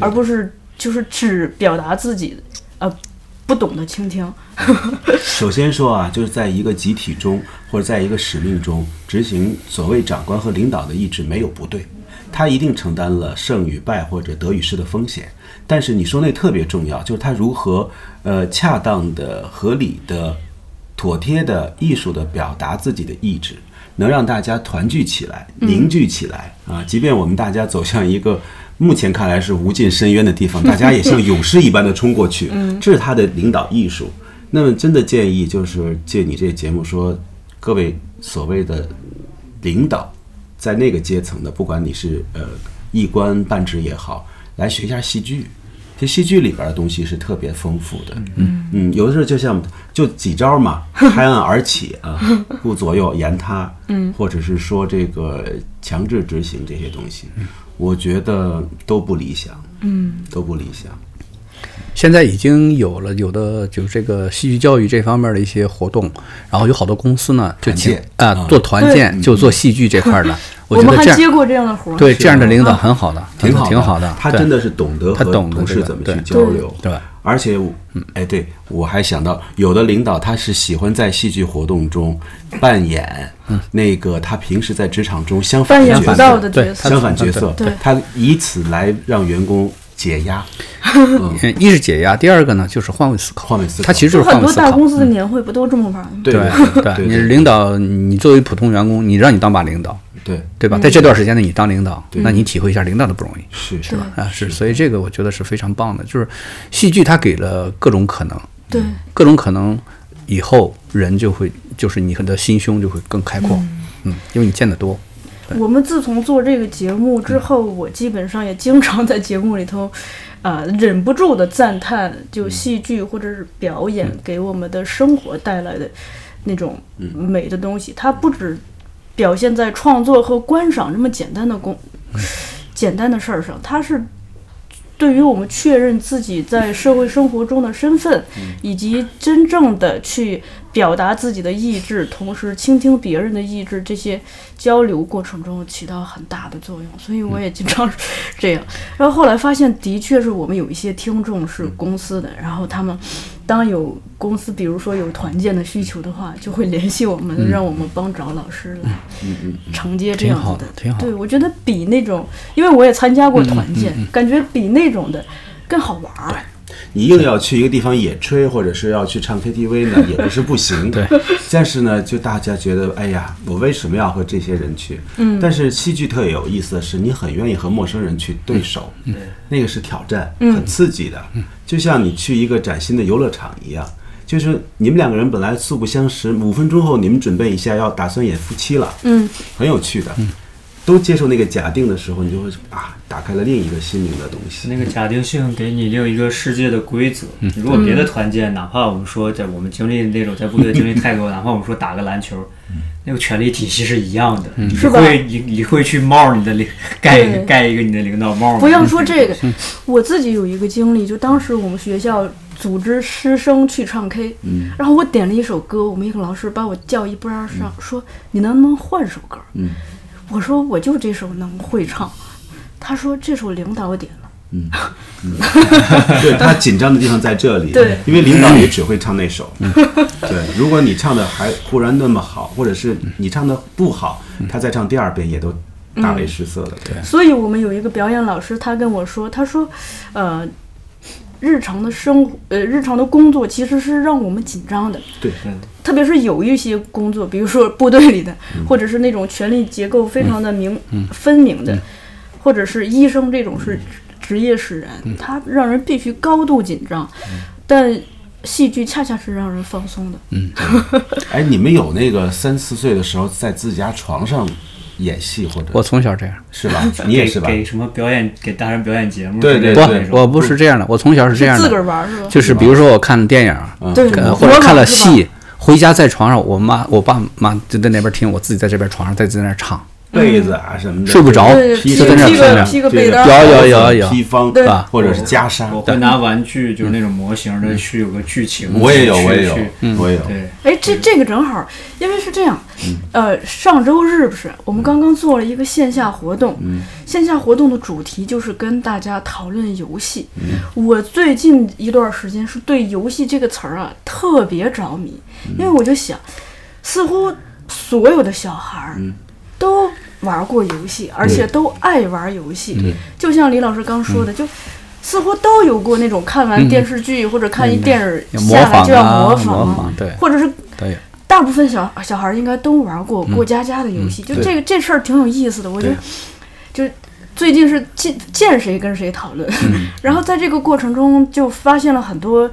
B: 而不是就是只表达自己，呃，不懂得倾听。
E: 首先说啊，就是在一个集体中或者在一个使命中执行所谓长官和领导的意志没有不对，他一定承担了胜与败或者得与失的风险。但是你说那特别重要，就是他如何呃恰当的、合理的、妥帖的、艺术的表达自己的意志，能让大家团聚起来、凝聚起来、啊！即便我们大家走向一个。目前看来是无尽深渊的地方，大家也像勇士一般的冲过去，这是他的领导艺术。那么，真的建议就是借你这个节目说，各位所谓的领导，在那个阶层的，不管你是呃一官半职也好，来学一下戏剧。其实戏剧里边的东西是特别丰富的，嗯嗯，有的时候就像就几招嘛，拍案而起啊， 顾左右言他，嗯，或者是说这个强制执行这些东西，
B: 嗯
E: 我觉得都不理想，嗯，都不理想。
C: 现在已经有了有的就是这个戏剧教育这方面的一些活动，然后有好多公司呢就请啊、
E: 团建啊
C: 做团建，就做戏剧这块儿的。我觉
B: 嗯们
C: 得
B: 还
C: 这
B: 接
C: 样
B: 过这样的活儿，
C: 对这样的领导很好的，
E: 挺好
C: 挺好的。
E: 他
C: 对
E: 真的是懂得
C: 他
E: 和
C: 懂得
E: 同
C: 这
E: 事
C: 个
E: 怎么
C: 对
E: 去交流，
C: 对嗯
E: 而且我，哎，对我还想到，有的领导他是喜欢在戏剧活动中扮演
C: 嗯
E: 那个他平时在职场中相反
B: 扮
E: 的
B: 演
E: 角
B: 不
E: 色，
B: 到的角
C: 对
B: 色
C: 他。
E: 相反角色
B: 对对，
E: 他以此来让员工解压。
C: 嗯一是解压，第二个呢就是换位思考。
E: 换位思考
C: 他其实是
B: 就很
C: 换位
B: 多
C: 思
B: 大
C: 考。嗯
B: 公司的年会不都这么玩儿吗？
E: 对
C: 对
E: 对
C: 你
E: 对
C: 是领导，你作为普通员工，你让你当把领导，
E: 对，
C: 对吧？在这段时间呢，你当领导，
E: 嗯对
C: 那你体会一下领导的不容易。
E: 是
B: 是吧
C: 啊，是，所以这个我觉得是非常棒的，就是戏剧它给了各种可能，
B: 对，
C: 各种可能以后人就会，就是你的心胸就会更开阔，嗯，因为你见得多，
B: 我们自从做这个节目
C: 嗯
B: 之后，我基本上也经常在节目里头，呃，忍不住的赞叹，
C: 嗯
B: 就戏剧或者是表演给我们的生活带来的那种
C: 嗯
B: 美的东西。它不只表现在创作和观赏这么简单的工、简单的事儿上，它是对于我们确认自己在社会生活中的身份，
C: 嗯
B: 以及真正的去表达自己的意志，同时倾听别人的意志，这些交流过程中起到很大的作用。所
C: 嗯
B: 以我也经常这样。然后后来发现，的确是我们有一些听众是
C: 嗯
B: 公司的，然后他们当有公司比如说有团建的需求的话，就会联系我
C: 嗯
B: 们，让我们帮找老师来承接这样
C: 挺好
B: 子
C: 的挺好的
B: 对，我觉得比那种，因为我也参加过团建，感觉比那种的更好玩儿。
E: 你硬要去一个地方野炊，或者是要去唱 KTV 呢，也不是不行。
C: 对，
E: 但是呢，就大家觉得，哎呀，我为什么要和这些人去？嗯，但是戏剧特有意思的是，你很愿意和陌生人去对手，嗯，那个是挑战，很刺激的，嗯，就像你去一个崭新的游乐场一样。就是你们两个人本来素不相识，五分钟后你们准备一下要打算演夫妻了，嗯，很有趣的，都接受那个假定的时候，你就会啊，打开了另一个心灵的东西。
D: 那个假定性给你另一个世界的规则。
E: 嗯
D: 如果别的团建，哪怕我们说在我们经历那种在部队经历太 多，哪怕我们说打个篮球，
E: 嗯
D: 那个权力体系是一样的。你
B: 是吧
D: 会你你会去帽你的领盖一个
B: 对
D: 盖一个你的领导帽吗？
B: 不要说这个，我自己有一个经历，就当时我们学校组织师生去唱 K，、然后我点了一首歌，我们一个老师把我叫一边儿上，说你能不能换首歌？
E: 嗯
B: 我说我就这首能会唱，他说这首领导点了，
E: 对他紧张的地方在这里，
B: 对嗯
E: 因为领导也只会唱那首。 对，如果你唱的还忽然那么好，或者是你唱的不好，
B: 嗯
E: 他再唱第二遍也都大为失色了。对，
B: 所以我们有一个表演老师，他跟我说，他说，呃。日常的生活，呃，日常的工作其实是让我们紧张的，
E: 对，
B: 特别是有一些工作，比如说部队里的，
C: 嗯
B: 或者是那种权力结构非常的明、分明
C: 嗯
B: 的，或者是医生这种是职业使然，
C: 嗯
B: 它让人必须高度紧张，但戏剧恰恰是让人放
C: 嗯
B: 松的。
E: 哎，你们有那个三四岁的时候在自己家床上演戏或者
C: 我从小这样，
E: 是吧？你也
D: 给
E: 是吧？
D: 给什么表演给大人表演节目之
E: 对
D: 类的
E: 对
D: 那
E: 对
D: 种？
E: 对
C: 不，我不是这样的，我从小是这样
B: 自个儿
C: 的，
B: 玩儿是吧？
C: 就是比如说我看电影，
B: 对
C: 呃，
B: 我
C: 或者看了
B: 老是这样
C: 戏，回家在床上，我妈我爸妈就在那边听，我自己在这边床上在在那儿唱，
E: 被子啊什么的，
C: 睡不着
B: 对，
C: 披
B: 披
C: 在那儿
B: 披
C: 看
B: 个
C: 着
B: 披个
E: 这
B: 被
E: 个
B: 单
C: 有
B: 儿，
C: 有有有
E: 披风
B: 对
E: 或者是袈裟
D: 我，会拿玩具，就是那种模型的去有个剧情。
E: 嗯我也有，
D: 去
E: 我也有嗯
D: 去，
E: 我也有。
D: 对，
B: 哎，这这个正好，因为是这样，
C: 嗯
B: 呃，上周日不是我们刚刚做了一个线下活动，
C: 嗯
B: 线下活动的主题就是跟大家讨论游戏。
C: 嗯
B: 我最近一段时间是对“游戏”这个词儿啊特别着迷，
C: 嗯
B: 因为我就想，似乎所有的小孩儿
C: 嗯
B: 都玩过游戏，而且都爱玩游戏。就像李老师刚说的，
C: 嗯
B: 就。似乎都有过那种看完电视剧或者看一电影
C: 嗯要模
B: 下来
C: 仿
B: 就要
C: 啊
B: 模
C: 模
B: 仿
C: 仿对
B: 或者是
C: 对，
B: 大部分小小孩儿应该都玩过过家家的游戏，就
E: 对
B: 这个这事儿挺有意思的，我觉得就最近是见见谁跟谁讨论， 然后在这个过程中就发现了很多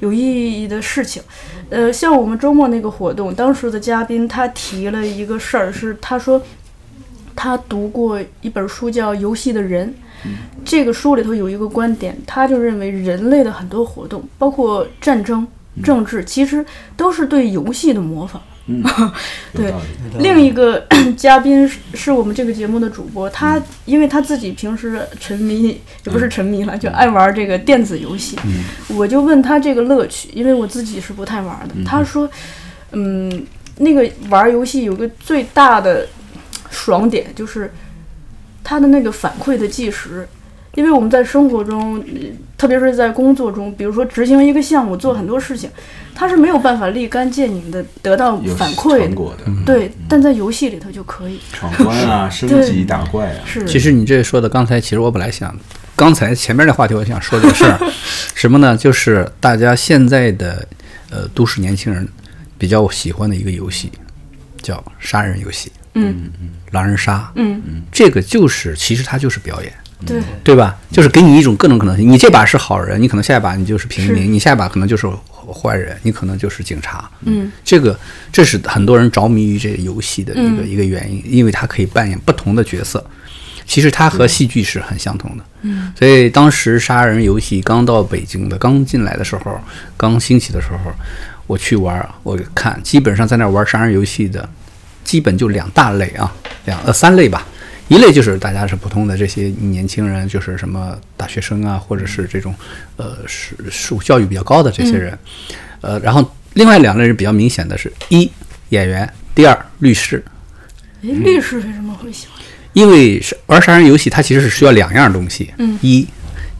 B: 有意义的事情。呃，像我们周末那个活动，当时的嘉宾他提了一个事儿，是他说他读过一本书叫《游戏的人》。这个书里头有一个观点，他就认为人类的很多活动，包括战争、政治，其实都是对游戏的模仿。对
E: 有道理，
B: 另一个 嘉宾是是我们这个节目的主播，
E: 嗯
B: 他因为他自己平时沉迷，也不是沉迷了，就爱玩这个电子游戏。
E: 嗯
B: 我就问他这个乐趣，因为我自己是不太玩的。他说，嗯，那个玩游戏有个最大的爽点就是他的那个反馈的计时。因为我们在生活中，呃特别是在工作中，比如说执行一个项目，做很多事情，他是没有办法立竿见影的得到
E: 有
B: 反馈嗯的
E: 成。果的，
B: 对，但在游戏里头就可以。
E: 闯关啊，升级打怪啊，
B: 是，
C: 其实你这说的，刚才其实我本来想，刚才前面的话题我想说这个事儿，什么呢？就是大家现在的呃都市年轻人比较喜欢的一个游戏，叫杀人游戏，
B: 嗯
C: 狼人杀，
B: 嗯，
C: 这个就是其实它就是表演。
B: 对，
C: 对吧？就是给你一种各种可能性。你这把是好人，你可能下一把你就是平
B: 是
C: 民，你下一把可能就是坏人，你可能就是警察。
B: 嗯，
C: 这个这是很多人着迷于这个游戏的一个、
B: 嗯
C: 一个原因，因为它可以扮演不同的角色。其实它和戏剧是很相同的。嗯，所以当时杀人游戏刚到北京的，刚进来的时候，刚兴起的时候，我去玩，我看基本上在那玩杀人游戏的，基本就两大类啊，两呃三类吧。一类就是大家是普通的这些年轻人，就是什么大学生啊，或者是这种呃是受教育比较高的这些人，呃，然后另外两类人比较明显的是一演员，第二律师，
B: 哎，律师为什么会喜欢？
C: 因为是玩杀人游戏它其实是需要两样东西，
B: 嗯
C: 一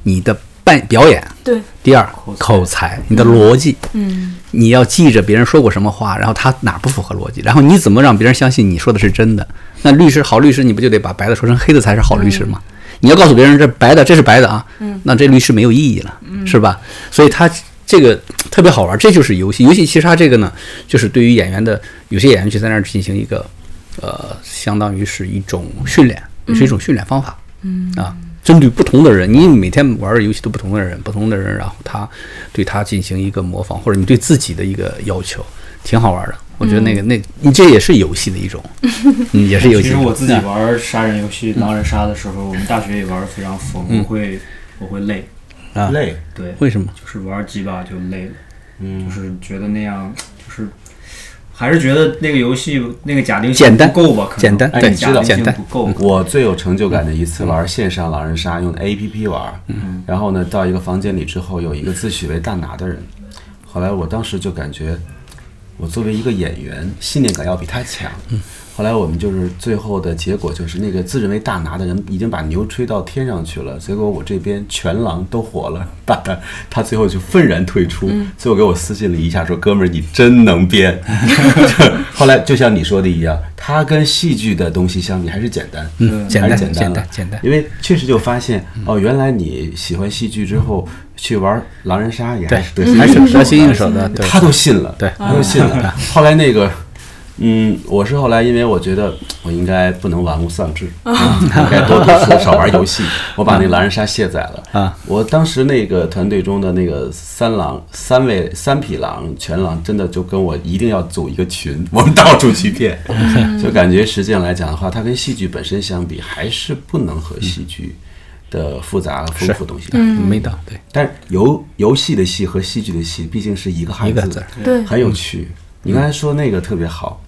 C: 你的扮表演，
B: 对，
C: 第二口才，你的逻辑，
B: 嗯，
C: 你要记着别人说过什么话，然后他哪不符合逻辑，然后你怎么让别人相信你说的是真的？那律师好律师，你不就得把白的说成黑的才是好律师吗？
B: 嗯
C: 你要告诉别人这白的这是白的啊，那这律师没有意义了，
B: 嗯
C: 是吧？所以他这个特别好玩，这就是游戏。游戏其实它这个呢，就是对于演员的有些演员就在那儿进行一个呃，相当于是一种训练，也是一种训练方法。嗯啊，针对不同的人，你每天玩的游戏都不同的人，不同的人，然后他对他进行一个模仿，或者你对自己的一个要求，挺好玩的。我觉得那个、那，你这也是游戏的一种，嗯，也是游戏
D: 其
C: 的一
D: 实
C: 种。
D: 我自己
C: 啊
D: 玩杀人游戏、狼人杀的时候，我们大学也玩得非常疯，
E: 嗯
D: 我会我会累，
C: 啊
E: 累，
D: 对，
C: 为什么？
D: 就是玩几把就累了，
E: 嗯
D: 就，是觉得那样就是。还是觉得那个游戏那个假定
C: 简
D: 性
C: 单
D: 不够吧？可能
C: 简单
D: 那
E: 对
D: 个假定
C: 简
D: 性
C: 单嗯
D: 不够。
E: 我最有成就感的一次玩线上狼人杀，用的 APP 玩，然后呢，到一个房间里之后，有一个自诩为大拿的人，后来我当时就感觉，我作为一个演员，信念感要比他强。后来我们就是最后的结果就是，那个自认为大拿的人已经把牛吹到天上去了，结果我这边全狼都活了，把他他最后就愤然退出，
C: 嗯
E: 最后给我私信了一下说：“哥们儿，你真 能编。”后来就像你说的一样，他跟戏剧的东西相比还是简单，
C: 嗯简
E: 还
C: 单
E: 是简单
C: 简
E: 了
C: 单简单
E: 因为确实就发现哦，原来你喜欢戏剧之后
C: 嗯
E: 去玩狼人杀也还是得
C: 还是
E: 心应
C: 得
E: 手
C: 心
E: 的
C: 应手的，对嗯
E: 他都信了，
C: 对
E: 他都信了。后来那个嗯，我是后来因为我觉得我应该不能玩物丧志，应该多读书少玩游戏，我
C: 嗯
E: 把那狼人杀卸载了。
C: 啊，
E: 我当时那个团队中的那个三狼三位三匹狼全狼，真的就跟我一定要组一个群，我们到处去骗，就感觉实际上来讲的话，它跟戏剧本身相比，还是不能和戏剧的复杂和
C: 嗯
E: 丰富的东西比。
C: 没到对，
E: 但是游游戏的戏和戏剧的戏毕竟是一个汉
C: 一
E: 字，
C: 个字儿
B: 对
E: 很有趣。你刚才说那个特别好，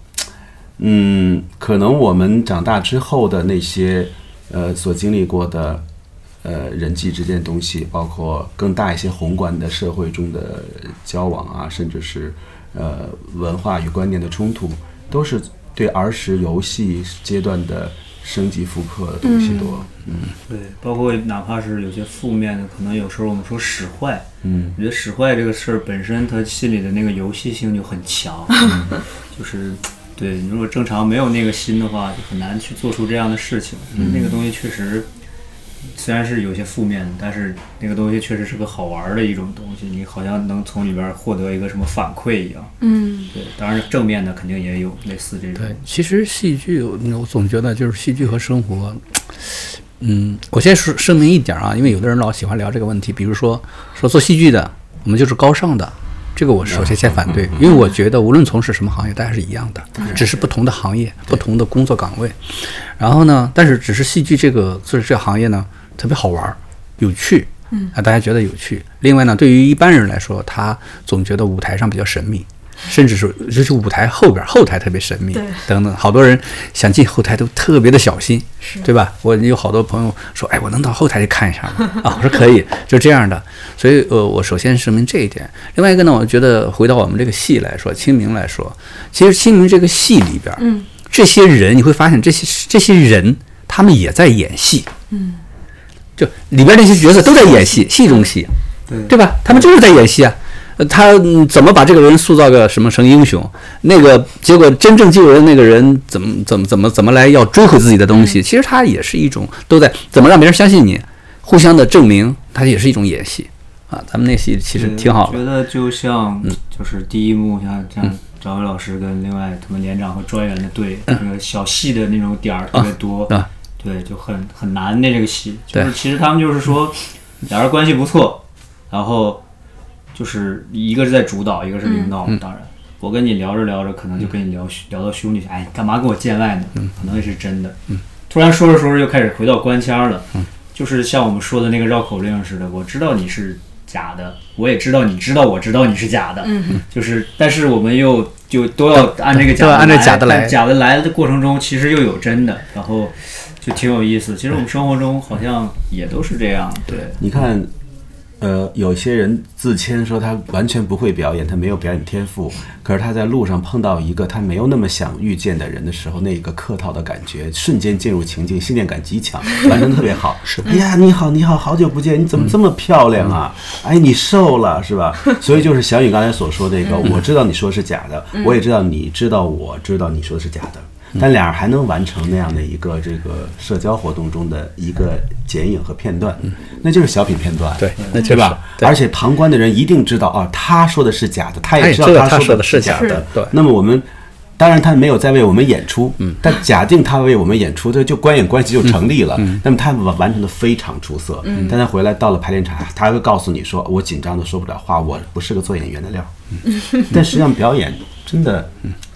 E: 嗯，可能我们长大之后的那些呃所经历过的呃人际之间的东西，包括更大一些宏观的社会中的交往啊，甚至是呃文化与观念的冲突，都是对儿时游戏阶段的升级复刻的东西多。
D: 对，包括哪怕是有些负面的，可能有时候我们说使坏，
E: 嗯，
D: 我觉得使坏这个事儿本身，它心里的那个游戏性就很强， 就是对你如果正常没有那个心的话，就很难去做出这样的事情。那个东西确实虽然是有些负面，但是那个东西确实是个好玩儿的一种东西，你好像能从里边儿获得一个什么反馈一样。
B: 嗯，
D: 对，当然正面的肯定也有类似这种
C: 对，其实戏剧，我总觉得就是戏剧和生活，嗯，我先说声明一点啊，因为有的人老喜欢聊这个问题，比如说说做戏剧的，我们就是高尚的，这个我首先先反对，因为我觉得无论从事什么行业，大家是一样的，只是不同的行业、不同的工作岗位。然后呢，但是只是戏剧这个就是这个行业呢，特别好玩儿、有趣。嗯啊，大家觉得有趣。另外呢，对于一般人来说，他总觉得舞台上比较神秘，甚至是尤其舞台后边后台特别神秘
B: 对，
C: 等等。好多人想进后台都特别的小心，对吧？我有好多朋友说，哎，我能到后台去看一下吗？ 啊，我说可以，就这样的。所以呃，我首先声明这一点。另外一个呢，我觉得回到我们这个戏来说，《清明》来说，其实《清明》这个戏里边，嗯，这些人你会发现，这些这些人他们也在演戏，就里边那些角色都在演戏，戏中戏，
D: 对
C: 吧？他们就是在演戏啊。呃他嗯怎么把这个人塑造个什么成英雄？那个结果真正救人那个人怎么怎么怎么怎么来要追回自己的东西？其实他也是一种都在怎么让别人相信你，互相的证明，它也是一种演戏啊。咱们那戏其实
D: 对
C: 挺好
D: 嗯我觉
C: 的，嗯
D: 得就像就是第一幕，像像赵薇老师跟另外他们连长和专员的队，那个小戏的那种点儿特别多
C: 嗯啊，
D: 对，就很很难的这个戏，就
C: 对
D: 是其实他们就是说俩人关系不错，然后就是一个是在主导，一个是领导，当然。我跟你聊着聊着，可能就跟你聊、聊到兄弟，哎，你干嘛跟我见外呢？可能也是真的。突然说着说着又开始回到官腔了，就是像我们说的那个绕口令似的，我知道你是假的，我也知道你知道我知道你是假的，
B: 嗯
D: 就是但是我们又就都要按这个假
C: 都
D: 的
C: 要按这假的来
D: 来，但假的来的过程中其实又有真的，然后就挺有意思。其实我们生活中好像也都是这样，对
E: 你看，呃，有些人自谦说他完全不会表演，他没有表演天赋，可是他在路上碰到一个他没有那么想遇见的人的时候，那个客套的感觉，瞬间进入情境，信念感极强， 完成得特别好。是，哎呀，你好，你好，好久不见，你怎么这么漂亮啊？哎，你瘦了是吧？所以就是小雨刚才所说那个，我知道你说是假的，我也知道你知道我知道你说的是假的。但俩人还能完成那样的一个这个社交活动中的一个剪影和片段，那就是小品片段，
C: 对那
E: 对吧？
C: 就是对
E: 而且旁观的人一定知道啊，他说的是假的，
C: 他
E: 他
C: 也
E: 也知
C: 知道
E: 道
C: 哎他说
E: 说
C: 的是
E: 是
C: 假的
E: 假的。
C: 对
E: 那么我们。当然，他没有在为我们演出，嗯，但假定他为我们演出，他就观演关系就成立了。
C: 嗯
E: 那么他完完成的非常出色，嗯，但他回来到了排练场，他会告诉你说：“我紧张的说不了话，我不是个做演 员的料。”但实际上表演真的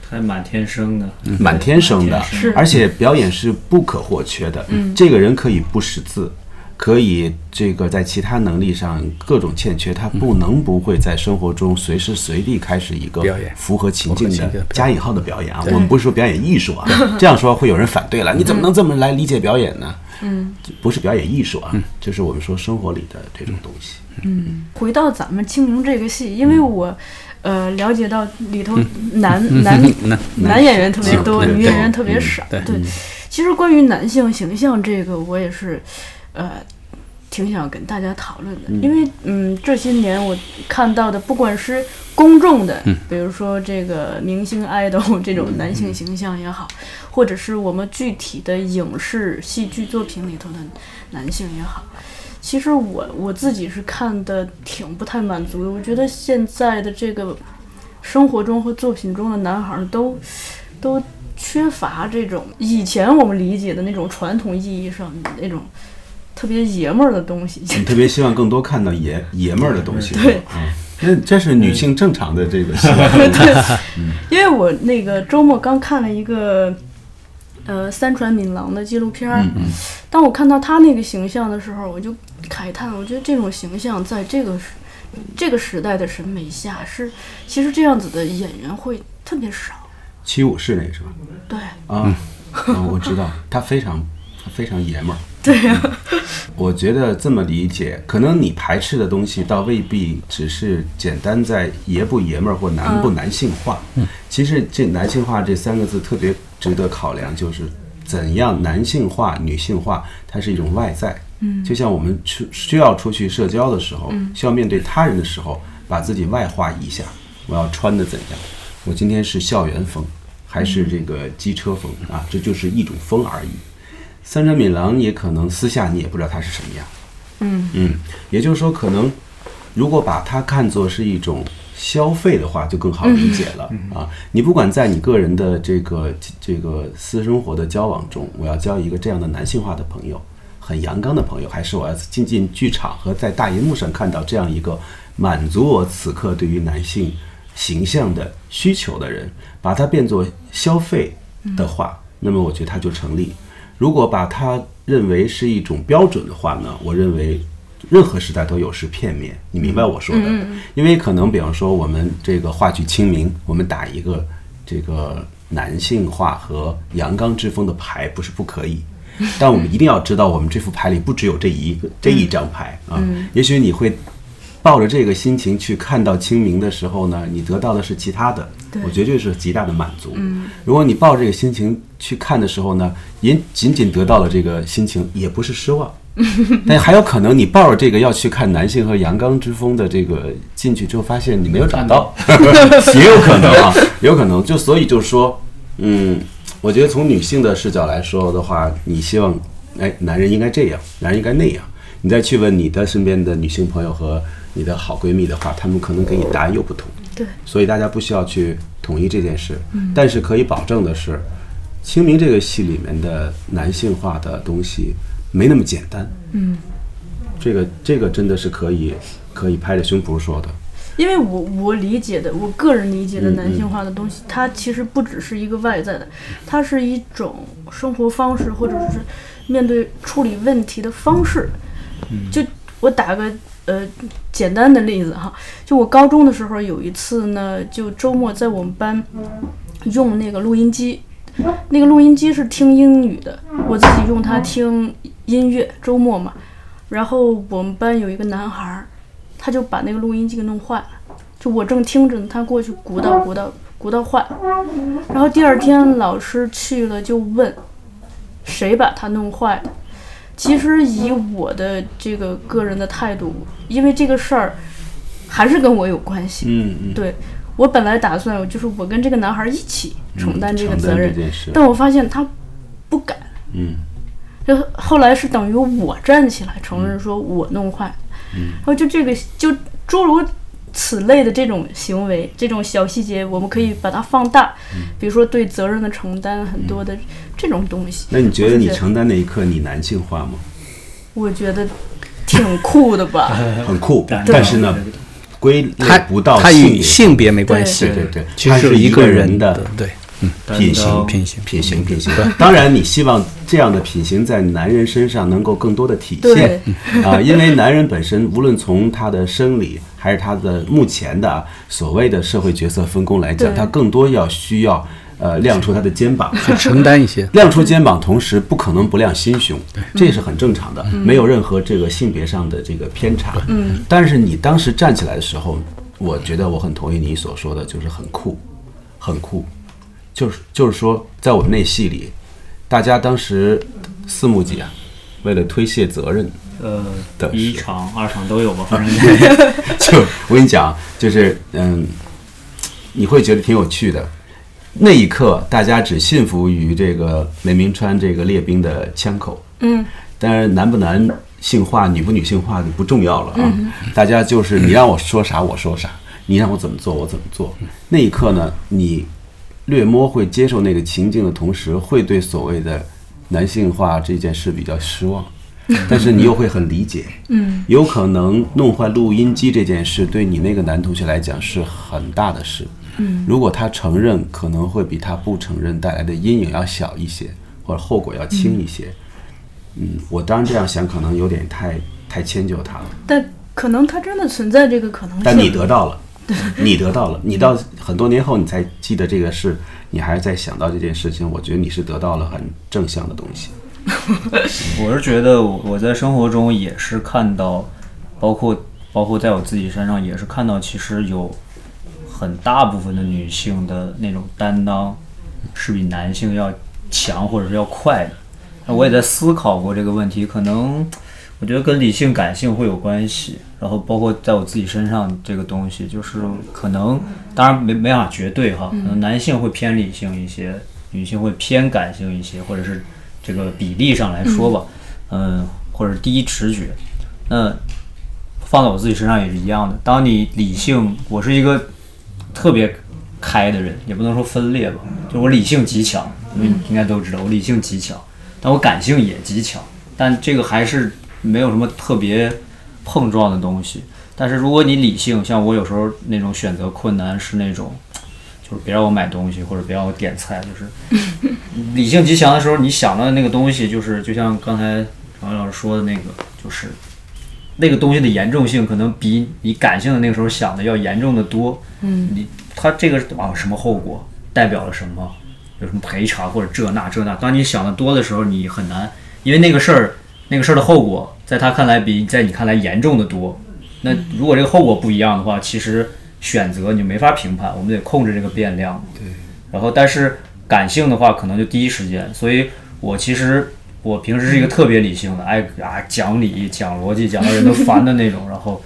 D: 还满天生的，
E: 满嗯天生的嗯
D: 满天生，
E: 而且表演是不可或缺的。这个人可以不识字，可以这个在其他能力上各种欠缺，他不能不会在生活中随时随地开始一个
C: 表演
E: 符合情境
C: 符合情境的
E: 的
C: 表演
E: 加引号的表演啊。我们不是说表演艺术啊， 这样说会有人反对
C: 嗯
E: 了，你怎么能这么来理解表演呢？嗯，不是表演艺术啊，
C: 嗯
E: 就是我们说生活里的这种东西。
B: 回到咱们《清明》这个戏，因为我。呃，了解到里头男、男
C: 那
B: 男演员特别多，
C: 男
B: 女演员
E: 对
B: 特别少。
C: 对
B: 其实关于男性形象这个，我也是，呃，挺想跟大家讨论的，因为嗯，这些年我看到的，不管是公众的，比如说这个明星 idol 这种男性形象也好，或者是我们具体的影视戏剧作品里头的男性也好。其实我我自己是看的挺不太满足的，我觉得现在的这个生活中和作品中的男孩儿都都缺乏这种以前我们理解的那种传统意义上的那种特别爷们儿的东西。
E: 我们特别希望更多看到爷爷们儿的东西。
B: 对
E: 嗯，那这是女性正常的这个习 惯。
B: 因为我那个周末刚看了一个，呃，三船敏郎的纪录片儿。当我看到他那个形象的时候，我就慨叹，我觉得这种形象在这个时这个时代的审美下是，其实这样子的演员会特别少。
E: 七五是那个是吧？
B: 对，
E: 啊，啊我知道，他非常他非常爷们儿。对呀、我觉得这么理解，可能你排斥的东西倒未必只是简单在爷不爷们儿或男不男性化。嗯，其实这男性化这三个字特别值得考量，就是怎样男性化、女性化，它是一种外在。嗯，就像我们出需要出去社交的时候，需要面对他人的时候，把自己外化一下。我要穿的怎样？我今天是校园风，还是这个机车风啊？这就是一种风而已。三山敏郎也可能私下你也不知道他是什么样。嗯嗯，也就是说，可能如果把它看作是一种消费的话，就更好理解了、啊。你不管在你个人的这个这个私生活的交往中，我要交一个这样的男性化的朋友，很阳刚的朋友，还是我要进进剧场和在大荧幕上看到这样一个满足我此刻对于男性形象的需求的人，把它变作消费的话，那么我觉得它就成立。如果把它认为是一种标准的话呢，我认为任何时代都有是片面。你明白我说的？因为可能比方说我们这个话剧《清明》，我们打一个这个男性化和阳刚之风的牌，不是不可以。但我们一定要知道，我们这副牌里不只有这一个这一张牌啊。也许你会抱着这个心情去看到清明的时候呢，你得到的是其他的，我觉得这是极大的满足。如果你抱着这个心情去看的时候呢，也仅仅得到了这个心情，也不是失望。但还有可能你抱着这个要去看男性和阳刚之风的这个进去之后，发现你没有找到， 也有可能啊，也有可能。就所以就说，嗯，我觉得从女性的视角来说的话，你希望，哎，男人应该这样，男人应该那样。你再去问你的身边的女性朋友和你的好闺蜜的话，她们可能给你答案又不同。
B: 对，
E: 所以大家不需要去统一这件事。但是可以保证的是，《清明》这个戏里面的男性化的东西没那么简单。嗯，这个这个真的是可以可以拍着胸脯说的。
B: 因为我我理解的，我个人理解的男性化的东西，它其实不只是一个外在的，它是一种生活方式，或者是面对处理问题的方式。就我打个呃简单的例子哈，就我高中的时候有一次呢，就周末在我们班用那个录音机，那个录音机是听英语的，我自己用它听音乐，周末嘛。然后我们班有一个男孩儿，他就把那个录音机给弄坏了，就我正听着呢，他过去鼓捣鼓捣鼓捣坏了。然后第二天老师去了就问，谁把它弄坏的？其实以我的这个个人的态度，因为这个事儿还是跟我有关系。
E: 嗯嗯，
B: 对我本来打算就是我跟这个男孩一起承担这个
E: 嗯承
B: 责
E: 担这
B: 任，
E: 件事。
B: 但我发现他不敢。
E: 嗯，
B: 就后来是等于我站起来承
E: 嗯
B: 认说我弄坏，然后就这个就诸如此类的这种行为，这种小细节，我们可以把它放大，
E: 嗯
B: 比如说对责任的承担，很多的这种东西。
E: 那你觉得
B: 我就
E: 你承担那一刻你男性化吗？
B: 我觉得挺酷的吧？
E: 很酷，
D: 对
E: 但是呢，归
C: 它
E: 类不到
C: 它
E: 性
C: 与
E: 别
C: 性别没关
B: 对
C: 系，
E: 对对
C: 其
E: 它
C: 实
E: 是一
C: 一
E: 个人
C: 人
E: 的
C: 对，
E: 品行
D: 担当
C: 品行
E: 品行品行。当然，你希望这样的品行在男人身上能够更多的体现
B: 对
E: 啊，因为男人本身无论从他的生理还是他的目前的啊所谓的社会角色分工来讲，
B: 对
E: 他更多要需要呃亮出他的肩膀。
C: 承担一些。
E: 亮出肩膀，同时不可能不亮心胸，这也是很正常的，没有任何这个性别上的这个偏差。嗯，但是你当时站起来的时候，我觉得我很同意你所说的，就是很酷，很酷，就是就是说，在我们那戏里，大家当时四幕几啊，为了推卸责任，
D: 呃
E: 对，
D: 第一
E: 是
D: 场、二场都有吧，反正
E: 就我跟你讲，就是嗯，你会觉得挺有趣的。那一刻，大家只信服于这个雷鸣川这个列兵的枪口。嗯，当然男不男性化、女不女性化就不重要了啊。大家就是你让我说啥我说啥，你让我怎么做我怎么做。那一刻呢，你略摸会接受那个情境的同时，会对所谓的男性化这件事比较失望，但是你又会很理解。嗯，有可能弄坏录音机这件事对你那个男同学来讲是很大的事。嗯，如果他承认，可能会比他不承认带来的阴影要小一些，或者后果要轻一些。嗯，我当然这样想，可能有点太太迁就他了。
B: 但可能它真的存在这个可能性。
E: 但你得到了，你得到了，你到很多年后你才记得这个事，你还是在想到这件事情，我觉得你是得到了很正向的东西。
D: 我是觉得我我在生活中也是看到，包括包括在我自己身上也是看到，其实有很大部分的女性的那种担当是比男性要强或者是要快的。那我也在思考过这个问题，可能我觉得跟理性感性会有关系，然后包括在我自己身上这个东西，就是可能当然没没法绝对哈，可能男性会偏理性一些，女性会偏感性一些，或者是这个比例上来说吧，嗯，或者第一直觉，那放到我自己身上也是一样的。当你理性，我是一个特别开的人，也不能说分裂吧，就我理性极强，你们应该都知道，我理性极强，但我感性也极强，但这个还是没有什么特别碰撞的东西。但是如果你理性，像我有时候那种呃选择困难是那种，就是别让我买东西或者别让我点菜，就是 理性极强的时候，你想到的那个东西，就是就像刚才常老师说的那个，就是那个东西的严重性，可能比你感性的那个时候想的要严重的多。嗯，你他这个啊什么后果，代表了什么，有什么赔偿或者这那这那。当你想的多的时候，你很难，因为那个事儿，那个事儿的后果，在他看来比在你看来严重的多。那如果这个后果不一样的话，其实选择你没法评判，我们得控制这个变量。然后但是感性的话，可能就第一时间。所以我其实我平时是一个特别理性的，爱啊讲理、讲逻辑，讲到人都烦的那种。然后，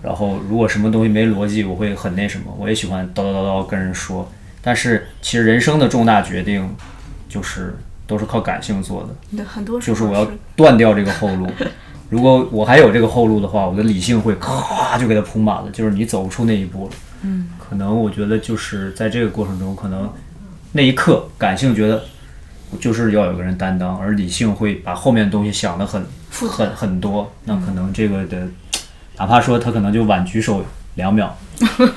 D: 然后如果什么东西没逻辑，我会很那什么，我也喜欢叨叨叨叨跟人说。但是其实人生的重大决定，就是都是靠感性做的。
B: 对很多时
D: 就是
B: 候
D: 我要断掉这个后路。如果我还有这个后路的话，我的理性会咔就给它铺满了，就是你走不出那一步了。嗯，可能我觉得就是在这个过程中，可能那一刻感性觉得就是要有个人担当，而理性会把后面的东西想得很很很多。那可能这个的，哪怕说他可能就晚举手两秒，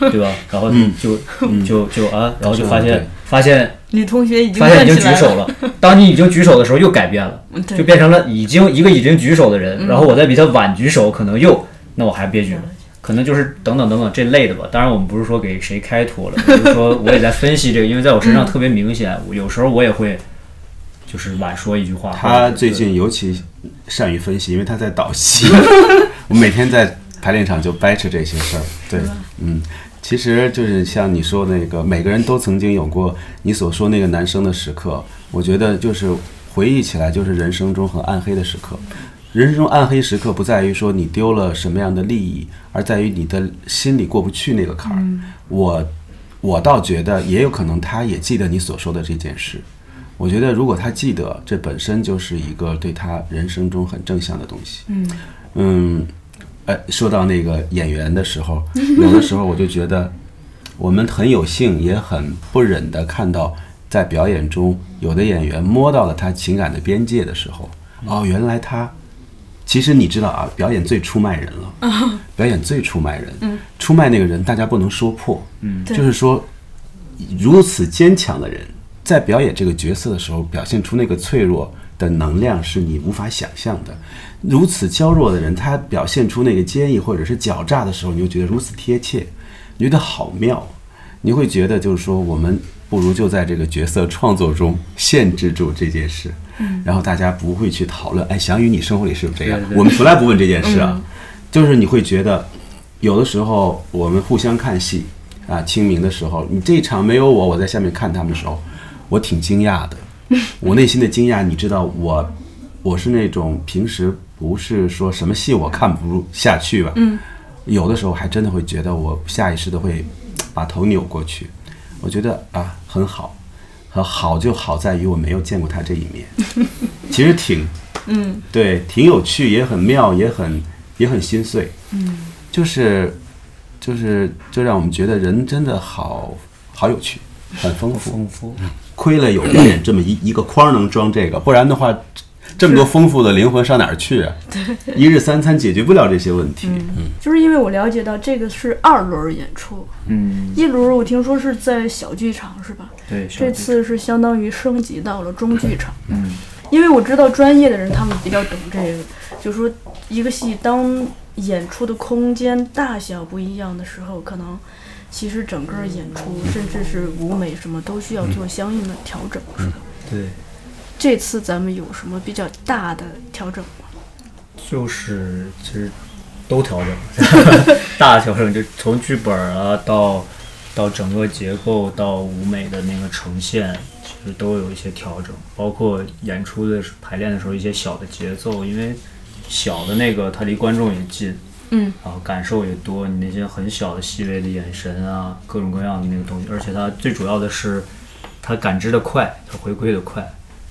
D: 对吧？然后就、就就啊，然后就发现
E: 对
D: 发现
B: 女同学已经
D: 发现
B: 站
D: 已
B: 起
D: 经
B: 来
D: 举手
B: 了，
D: 了。当你已经举手的时候，又改变了，
B: 对嗯
D: 就变成了已经一个已经举手的人，然后我再比他晚举手，可能又那我还别举了，可能就是等等等等这类的吧。当然，我们不是说给谁开脱了，就是说我也在分析这个，因为在我身上特别明显，
B: 嗯
D: 我有时候我也会就是晚说一句话。
E: 他最近尤其善于分析，因为他在导戏。我每天在排练场就掰扯这些事儿。对，嗯，其实就是像你说那个，每个人都曾经有过你所说那个男生的时刻。我觉得就是回忆起来，就是人生中很暗黑的时刻。人生中暗黑时刻不在于说你丢了什么样的利益，而在于你的心里过不去那个坎儿。我我倒觉得也有可能，他也记得你所说的这件事。我觉得如果他记得，这本身就是一个对他人生中很正向的东西。嗯呃，说到那个演员的时 候，有的时候我就觉得，我们很有幸也很不忍的看到，在表演中有的演员摸到了他情感的边界的时候，哦，原来他。其实你知道啊，表演最出卖人了。表演最出卖人，出卖那个人，大家不能说破。嗯，就是说，如此坚强的人，在表演这个角色的时候，表现出那个脆弱的能量是你无法想象的。如此娇弱的人，他表现出那个坚毅或者是狡诈的时候，你就觉得如此贴切，你觉得好妙，你会觉得就是说，我们不如就在这个角色创作中限制住这件事。然后大家不会去讨论，哎，翔宇，你生活里是不是这样？我们从来不问这件事啊，就是你会觉得，有的时候我们互相看戏啊，清明的时候，你这一场没有我，我在下面看他们的时候，我挺惊讶的，我内心的惊讶，你知道我，我是那种平时不是说什么戏我看不下去吧，嗯，有的时候还真的会觉得我下意识的会把头扭过去，我觉得啊很好，和好就好在于我没有见过他这一面，其实挺， 嗯，对，挺有趣，也很妙，也很也很心碎，嗯，就是就是就让我们觉得人真的好好有趣，很丰
D: 嗯
E: 富。
D: 丰富。
E: 亏了有电影这么一一个框能装这个，不然的话，这么多丰富的灵魂上哪儿去啊？一日三餐解决不了这些问题。嗯
B: 就是因为我了解到这个是二轮演出，
D: 嗯，
B: 一轮我听说是在小剧场是吧？
D: 对，小
B: 这
D: 弟
B: 次是相当于升级到了中剧场。
D: 嗯，
B: 因为我知道专业的人他们比较懂这个，就说一个戏当演出的空间大小不一样的时候，可能其实整个演出甚至是舞美什么都需要做相应的调整，是吧？
D: 对，
B: 这次咱们有什么比较大的调整吗？
D: 就是其实都调整， 大调整就从剧本啊到到整个结构到舞美的那个呈现，其实都有一些调整，包括演出的时排练的时候一些小的节奏，因为小的那个它离观众也近，
B: 嗯，
D: 然后感受也多，你那些很小的细微的眼神啊，各种各样的那个东西，而且它最主要的是它感知的快，它回归的快，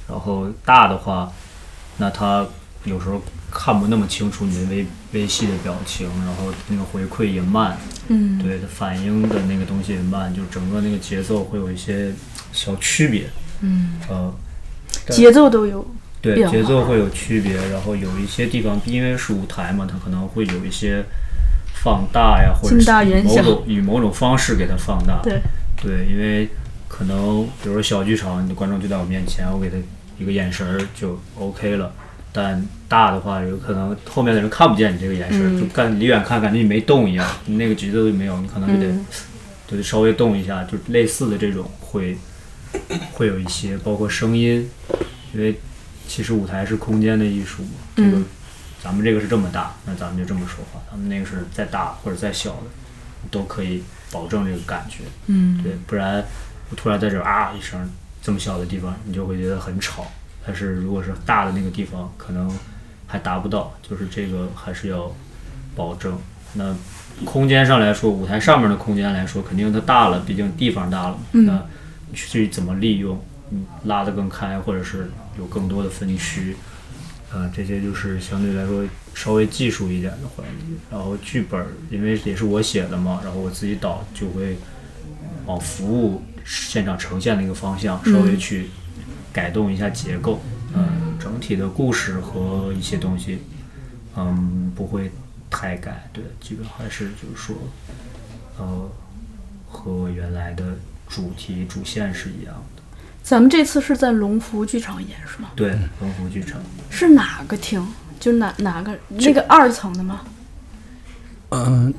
D: 然后大的话，那它有时候看不那么清楚你的微微细的表情，然后那个回馈也慢，
B: 嗯，
D: 对它反应的那个东西也慢，就整个那个节奏会有一些小区别，嗯，呃，对
B: 节奏都有，
D: 对，
B: 变
D: 节
B: 化
D: 奏会有区别，然后有一些地方，因为是舞台嘛，它可能会有一些放大呀，或者
B: 近大
D: 是以
B: 远
D: 某
B: 小
D: 种以某种方式给它放大。
B: 对，
D: 对，因为可能比如说小剧场，你的观众就在我面前，我给他一个眼神儿就 OK 了。但大的话，有可能后面的人看不见你这个眼神
B: 嗯
D: 儿，就干离远看感觉你没动一样，你那个节奏就没有，你可能就得、
B: 嗯
D: 就得稍微动一下，就类似的这种会会有一些，包括声音，因为其实舞台是空间的艺术嘛，这个、
B: 嗯
D: 咱们这个是这么大，那咱们就这么说话，他们那个是再大或者再小的，都可以保证这个感觉。
B: 嗯，
D: 对，不然我突然在这儿啊一声，这么小的地方你就会觉得很吵。但是如果是大的那个地方，可能还达不到，就是这个还是要保证。那空间上来说，舞台上面的空间来说，肯定它大了，毕竟地方大了嘛。那去怎么利用，嗯，拉得更开，或者是有更多的分区，啊，这些就是相对来说稍微技术一点的环节。然后剧本儿，因为也是我写的嘛，然后我自己导就会往服务现场呈现的一个方向稍微去改动一下结构，嗯、整体的故事和一些东西，嗯，不会太改，对，基本还是就是说，呃，和原来的主题主线是一样的。
B: 咱们这次是在龙福剧场演是吗？
D: 对，龙湖剧场，
B: 是哪个厅？就哪哪个那个二层的吗？
C: 嗯，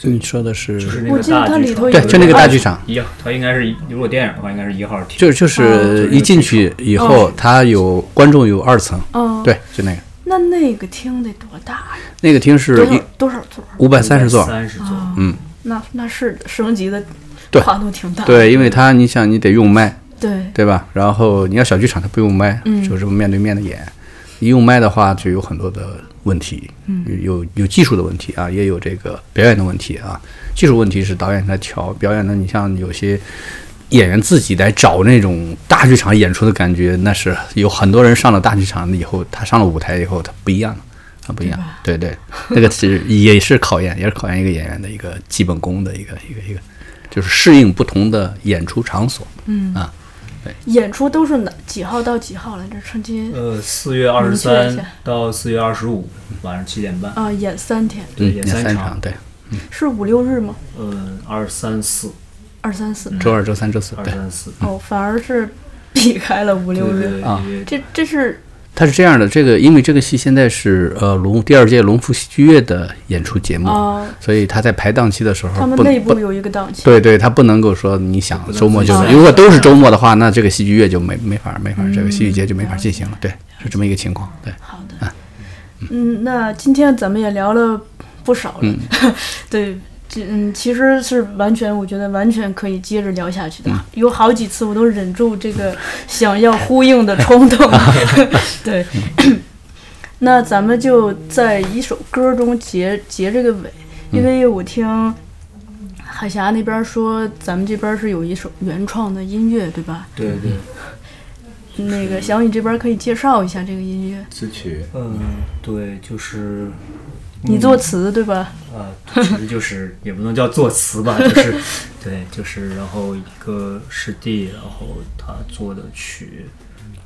C: 你说的是
D: 就是那
B: 我
D: 个
B: 记得
D: 大
B: 它
D: 剧
B: 里头
D: 场，
B: 有
C: 对，就那个大剧场，
D: 一样，它应该是如果电影的话，应该是一号厅。
C: 就哦就是哦一进去以后，它有观众有二层，
B: 嗯，，
C: 对，就那个
B: 那那个厅得多大呀？
C: 那个厅是
B: 多
C: 一
B: 少多少座？
C: 五百三十座，嗯
D: 三十座，
B: 哦那那是升级的
C: 对
B: 跨度挺大的。
C: 对，因为它你想你得用麦，
B: 对
C: 对吧？然后你要小剧场，它不用麦，就是面对面的演。一用麦的话，就有很多的问题，有有技术的问题啊，也有这个表演的问题啊。技术问题是导演来调，表演的你像有些演员自己来找那种大剧场演出的感觉，那是有很多人上了大剧场以后，他上了舞台以后，他不一样了。他不一样，对对，那个是也是考验，也是考验一个演员的一个基本功的一个一个一个，就是适应不同的演出场所。
B: 演出都是哪几号到几号来着？春节
C: 嗯
D: 呃，四月二
B: 明
D: 十
B: 确一
D: 三
B: 下
D: 到四月二十五晚上七点半，
B: 啊、演三天，
D: 对，
C: 演
D: 演三
C: 嗯三
D: 场，
C: 对，
B: 是五六日吗？
D: 呃，二三四，
B: 二三四、
C: 周二、周三、周四，
D: 二
C: 对，
D: 三四，
B: 哦，反而是避开了五
D: 对
B: 六
D: 对
B: 日。
D: 对
C: 啊
D: 因为
B: 这这是
C: 它是这样的，这个因为这个戏现在是呃龙第二届龙福戏剧月的演出节目，
B: 啊、
C: 所以它在排档期的时
B: 他
C: 候
B: 们
C: 嗯不
B: 内部
C: 不。
B: 有一个档期。
C: 对对，它不能够说你想
D: 能
C: 周末就
D: 自己
C: 来，
D: 选
C: 如果都是周末的话，那这个戏剧月就没没法没法，这个戏剧节就没法
B: 了
C: 进行了。对，是这么一个情况。对，
B: 好的，嗯，那今天咱们也聊了不少了， 对。这嗯，其实是完全，我觉得完全可以接着聊下去的。有好几次我都忍住这个想要呼应的冲动。 对， 那咱们就在一首歌中结结这个尾，因为我听海峡那边说，咱们这边是有一首原创的音乐，对吧？
D: 对对，
B: 那个小雨这边可以介绍一下这个音乐。
E: 词曲
D: 呃嗯，对，就是
B: 你作词对吧？
D: 呃，其实就是也不能叫作词 吧，就是对，就是然后一个师弟，然后他做的曲，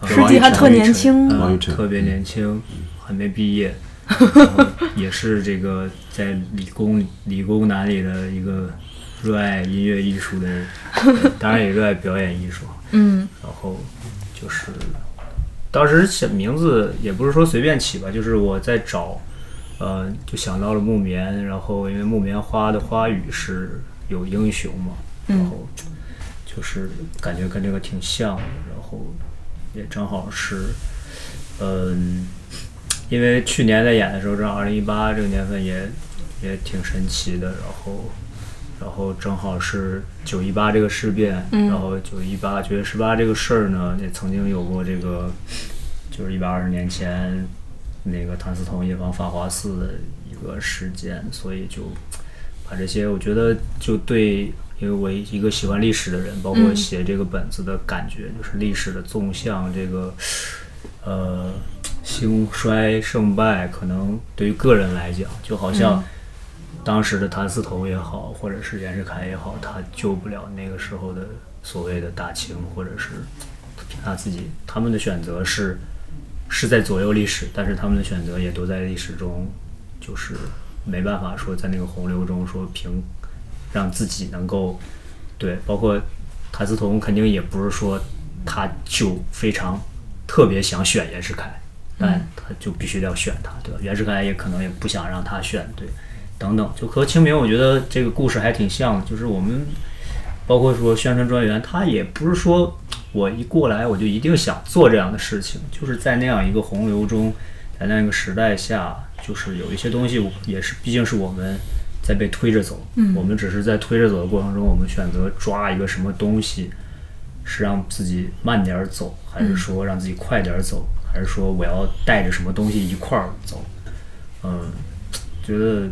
D: 呃
E: 师弟还特
B: 年轻
D: 王
E: 王
D: 宇
E: 宇
D: 晨
E: 晨
D: 呃
E: 嗯
D: 特别年轻，还没毕 业，然后也是这个在理工理工男里的一个热爱音乐艺术的 人，呃当然也热爱表演艺术，啊
B: 嗯
D: 然后就是当时想名字也不是说随便起吧，就是我在找，呃，就想到了木棉，然后因为木棉花的花语是有英雄嘛，然后就是感觉跟这个挺像的，然后也正好是，嗯、因为去年在演的时候，正好二零一八这个年份也也挺神奇的，然后。然后正好是九一八这个事变，然后九一八九月十八这个事儿呢，也曾经有过这个，就是一百二十年前那个谭嗣同夜访法华寺的一个事件，所以就把这些，我觉得就对，因为我一个喜欢历史的人，包括写这个本子的感觉，就是历史的纵向这个，呃，兴衰胜败，可能对于个人来讲，就好像、当时的谭嗣同也好，或者是袁世凯也好，他救不了那个时候的所谓的大清，或者是凭他自己，他们的选择是是在左右历史，但是他们的选择也都在历史中，就是没办法说在那个洪流中说凭让自己能够对，包括谭嗣同肯定也不是说他就非常特别想选袁世凯，但他就必须要选他，对吧？袁世凯也可能也不想让他选，对，等等，就和清明，我觉得这个故事还挺像的，就是我们包括说宣传专员，他也不是说我一过来我就一定想做这样的事情，就是在那样一个洪流中，在那样一个时代下，就是有一些东西我也是，毕竟是我们在被推着走，我们只是在推着走的过程中，我们选择抓一个什么东西，是让自己慢点儿走，还是说让自己快点儿走，还是说我要带着什么东西一块儿走？嗯，觉得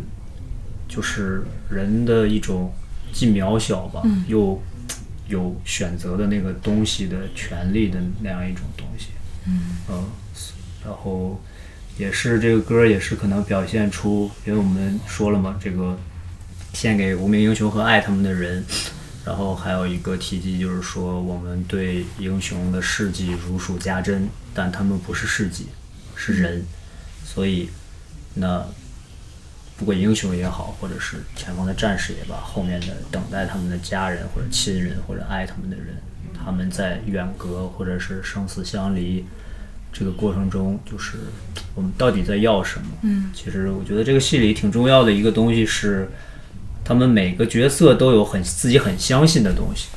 D: 就是人的一种既渺小吧，又有选择的那个东西的权利的那样一种东西。嗯，然后也是这个歌儿也是可能表现出，因为我们说了嘛，这个献给无名英雄和爱他们的人。然后还有一个提及，就是说我们对英雄的事迹如数家珍，但他们不是事迹，是人。所以，那不管英雄也好，或者是前方的战士也罢，后面的等待他们的家人或者亲人或者爱他们的人，他们在远隔或者是生死相离这个过程中，就是我们到底在要什么？嗯，其实我觉得这个戏里挺重要的一个东西是，他们每个角色都有很自己很相信的东西。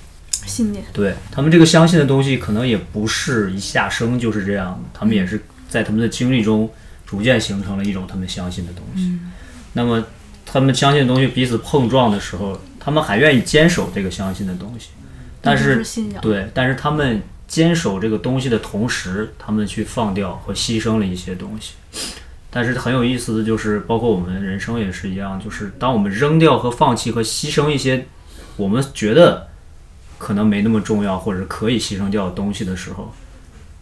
B: 信念。
D: 对他们这个相信的东西，可能也不是一下生就是这样的，他们也是在他们的经历中逐渐形成了一种他们相信的东西。
B: 嗯
D: 那么他们相信的东西彼此碰撞的时候，他们还愿意坚守这个相信的东西，但
B: 这就是是信仰
D: 对，但是他们坚守这个东西的同时，他们去放掉和牺牲了一些东西。但是很有意思的就是，包括我们人生也是一样，就是当我们扔掉和放弃和牺牲一些我们觉得可能没那么重要或者是可以牺牲掉的东西的时候，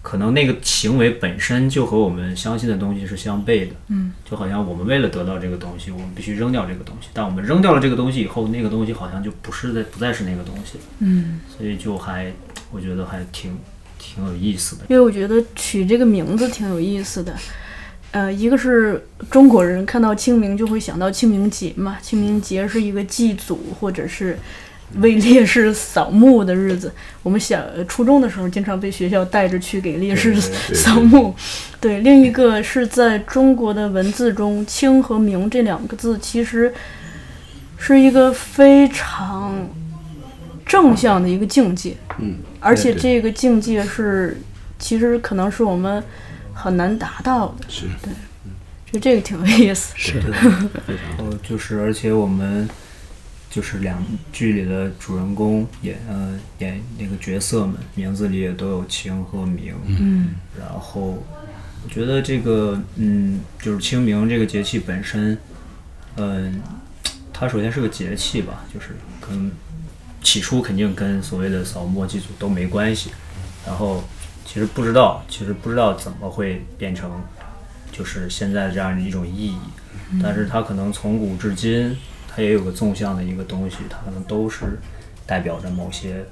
D: 可能那个行为本身就和我们相信的东西是相悖的。嗯，就好像我们为了得到这个东西，我们必须扔掉这个东西，但我们扔掉了这个东西以后，那个东西好像就不是在不再是那个东西。嗯，所以就还我觉得还挺挺有意思的。
B: 因为我觉得取这个名字挺有意思的。呃，一个是中国人看到清明就会想到清明节嘛，清明节是一个祭祖或者是为烈士扫墓的日子。我们小呃初中的时候经常被学校带着去给烈士
D: 对对
E: 对
B: 扫墓。对，另一个是在中国的文字中，“清”和“明”这两个字其实是一个非常正向的一个境界。
C: 嗯，
B: 而且
C: 对
B: 这个境界是，其实可能是我们很难达到的。
E: 是
B: 对，就这个挺有意思。
C: 是
D: 然后就是，而且我们就是两剧里的主人公演呃演那个角色们名字里也都有清和明，嗯，然后我觉得这个嗯就是清明这个节气本身，嗯、它首先是个节气吧，就是跟起初肯定跟所谓的扫墓祭祖都没关系，然后其实不知道，其实不知道怎么会变成就是现在这样的一种意义。但是它可能从古至今，它也有个纵向的一个东西，它可能都是代表着某些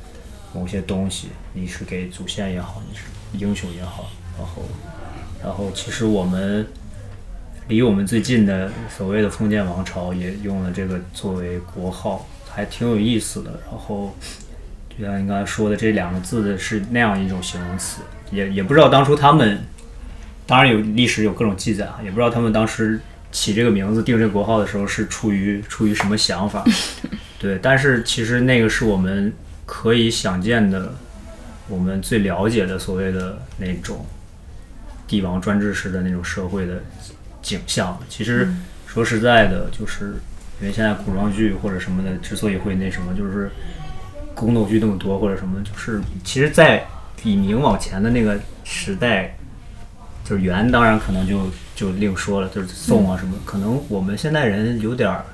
D: 某些东西。你是给祖先也好，你是英雄也好，然后然后其实我们离我们最近的所谓的封建王朝也用了这个作为国号，还挺有意思的。然后就像你刚才说的，这两个字的是那样一种形容词，也也不知道当初他们，当然有历史有各种记载啊，也不知道他们当时起这个名字、定这个国号的时候是出于出于什么想法。对，但是其实那个是我们可以想见的，我们最了解的所谓的那种帝王专制式的那种社会的景象。其实说实在的，就是因为现在古装剧或者什么的之所以会那什么，就是宫斗剧那么多或者什么，就是其实，在比明往前的那个时代，就是元当然可能就就另说了，就是宋
B: 嗯
D: 啊什么，可能我们现代人有点儿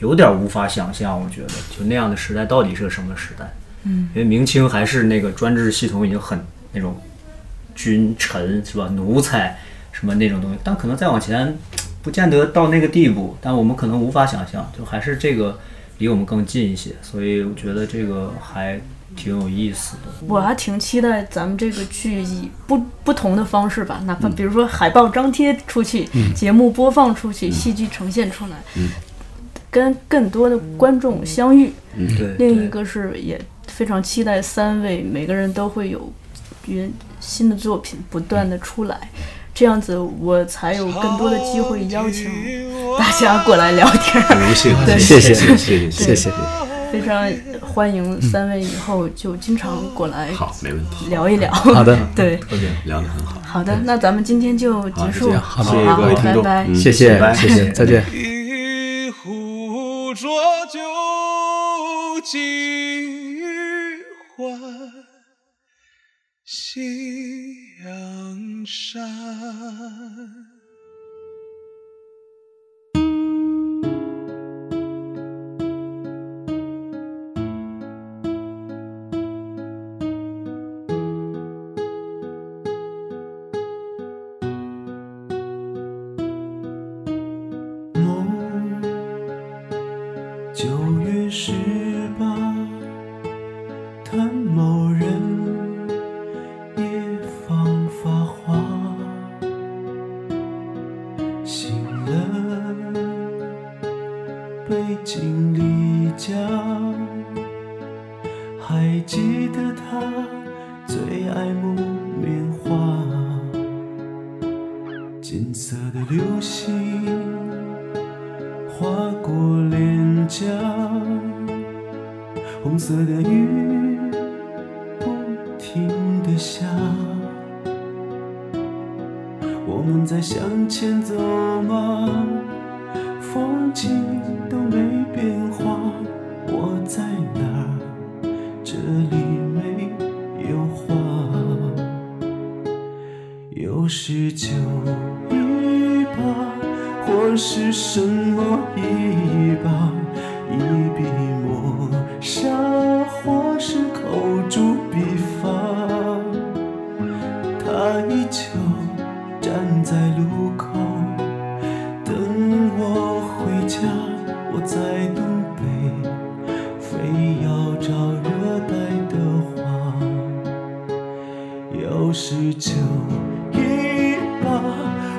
D: 有点儿无法想象，我觉得就那样的时代到底是个什么时代？嗯，因为明清还是那个专制系统已经很那种君臣是吧，奴才什么那种东西，但可能再往前，不见得到那个地步，但我们可能无法想象，就还是这个离我们更近一些，所以我觉得这个还挺有意思的。
B: 我还挺期待咱们这个剧以不不同的方式吧，哪怕比如说海报张贴出去，节目播放出去，戏剧呈现出来，跟更多的观众相遇。
D: 对，
B: 另一
D: 嗯对
B: 个是也非常期待三位每个人都会有原新的作品不断的出来，这样子我才有更多的机会邀请大家过来聊天儿。
E: 荣幸，
B: 对
E: 谢
C: 谢
E: 谢
C: 谢
E: 谢
C: 谢谢。
B: 非常欢迎三位以后就经常过来
E: 好，没问题，
B: 聊一聊。
C: 好的，
B: 对，
E: 特别聊得很好，
B: 好的，那咱们今天就结
E: 就
B: 束
E: 这
B: 了，
E: 样
B: 好
E: 好谢谢各位听
B: 拜
E: 众
B: 拜
E: 嗯。
C: 谢谢
E: 拜
C: 谢谢，再见。
A: 一壶浊酒今日还，夕阳山。
F: 梦，九月十八，叹某人夜访发花。醒了，背井离家，还记得他最爱木棉花，金色的流星。划过脸颊，红色的雨不停地下。我们在向前走吗？风景都没变化，我在哪儿？这里没有花。又是九一八，或是什么一八，一笔抹杀，或是口诛笔伐。他依旧站在路口，等我回家。我在东北，非要找热带的花。又是九一八，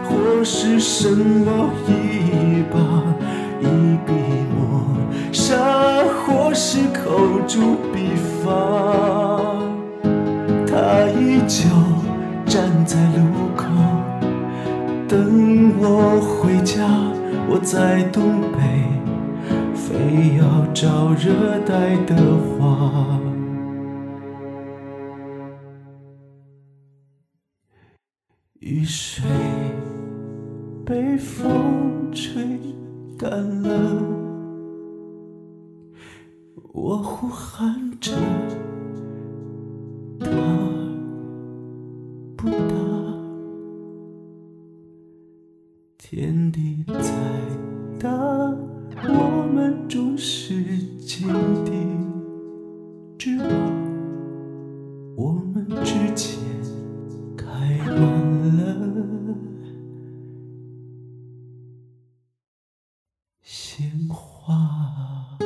F: 或是什么一八，一笔抹杀，或是口诛笔伐。他依旧站在路口，等我回家。我在东北，非要找热带的花。雨水被风吹干了，我呼喊着，他不答，天地再大，我们终是井底之蛙，我们之间。开满了。鲜花。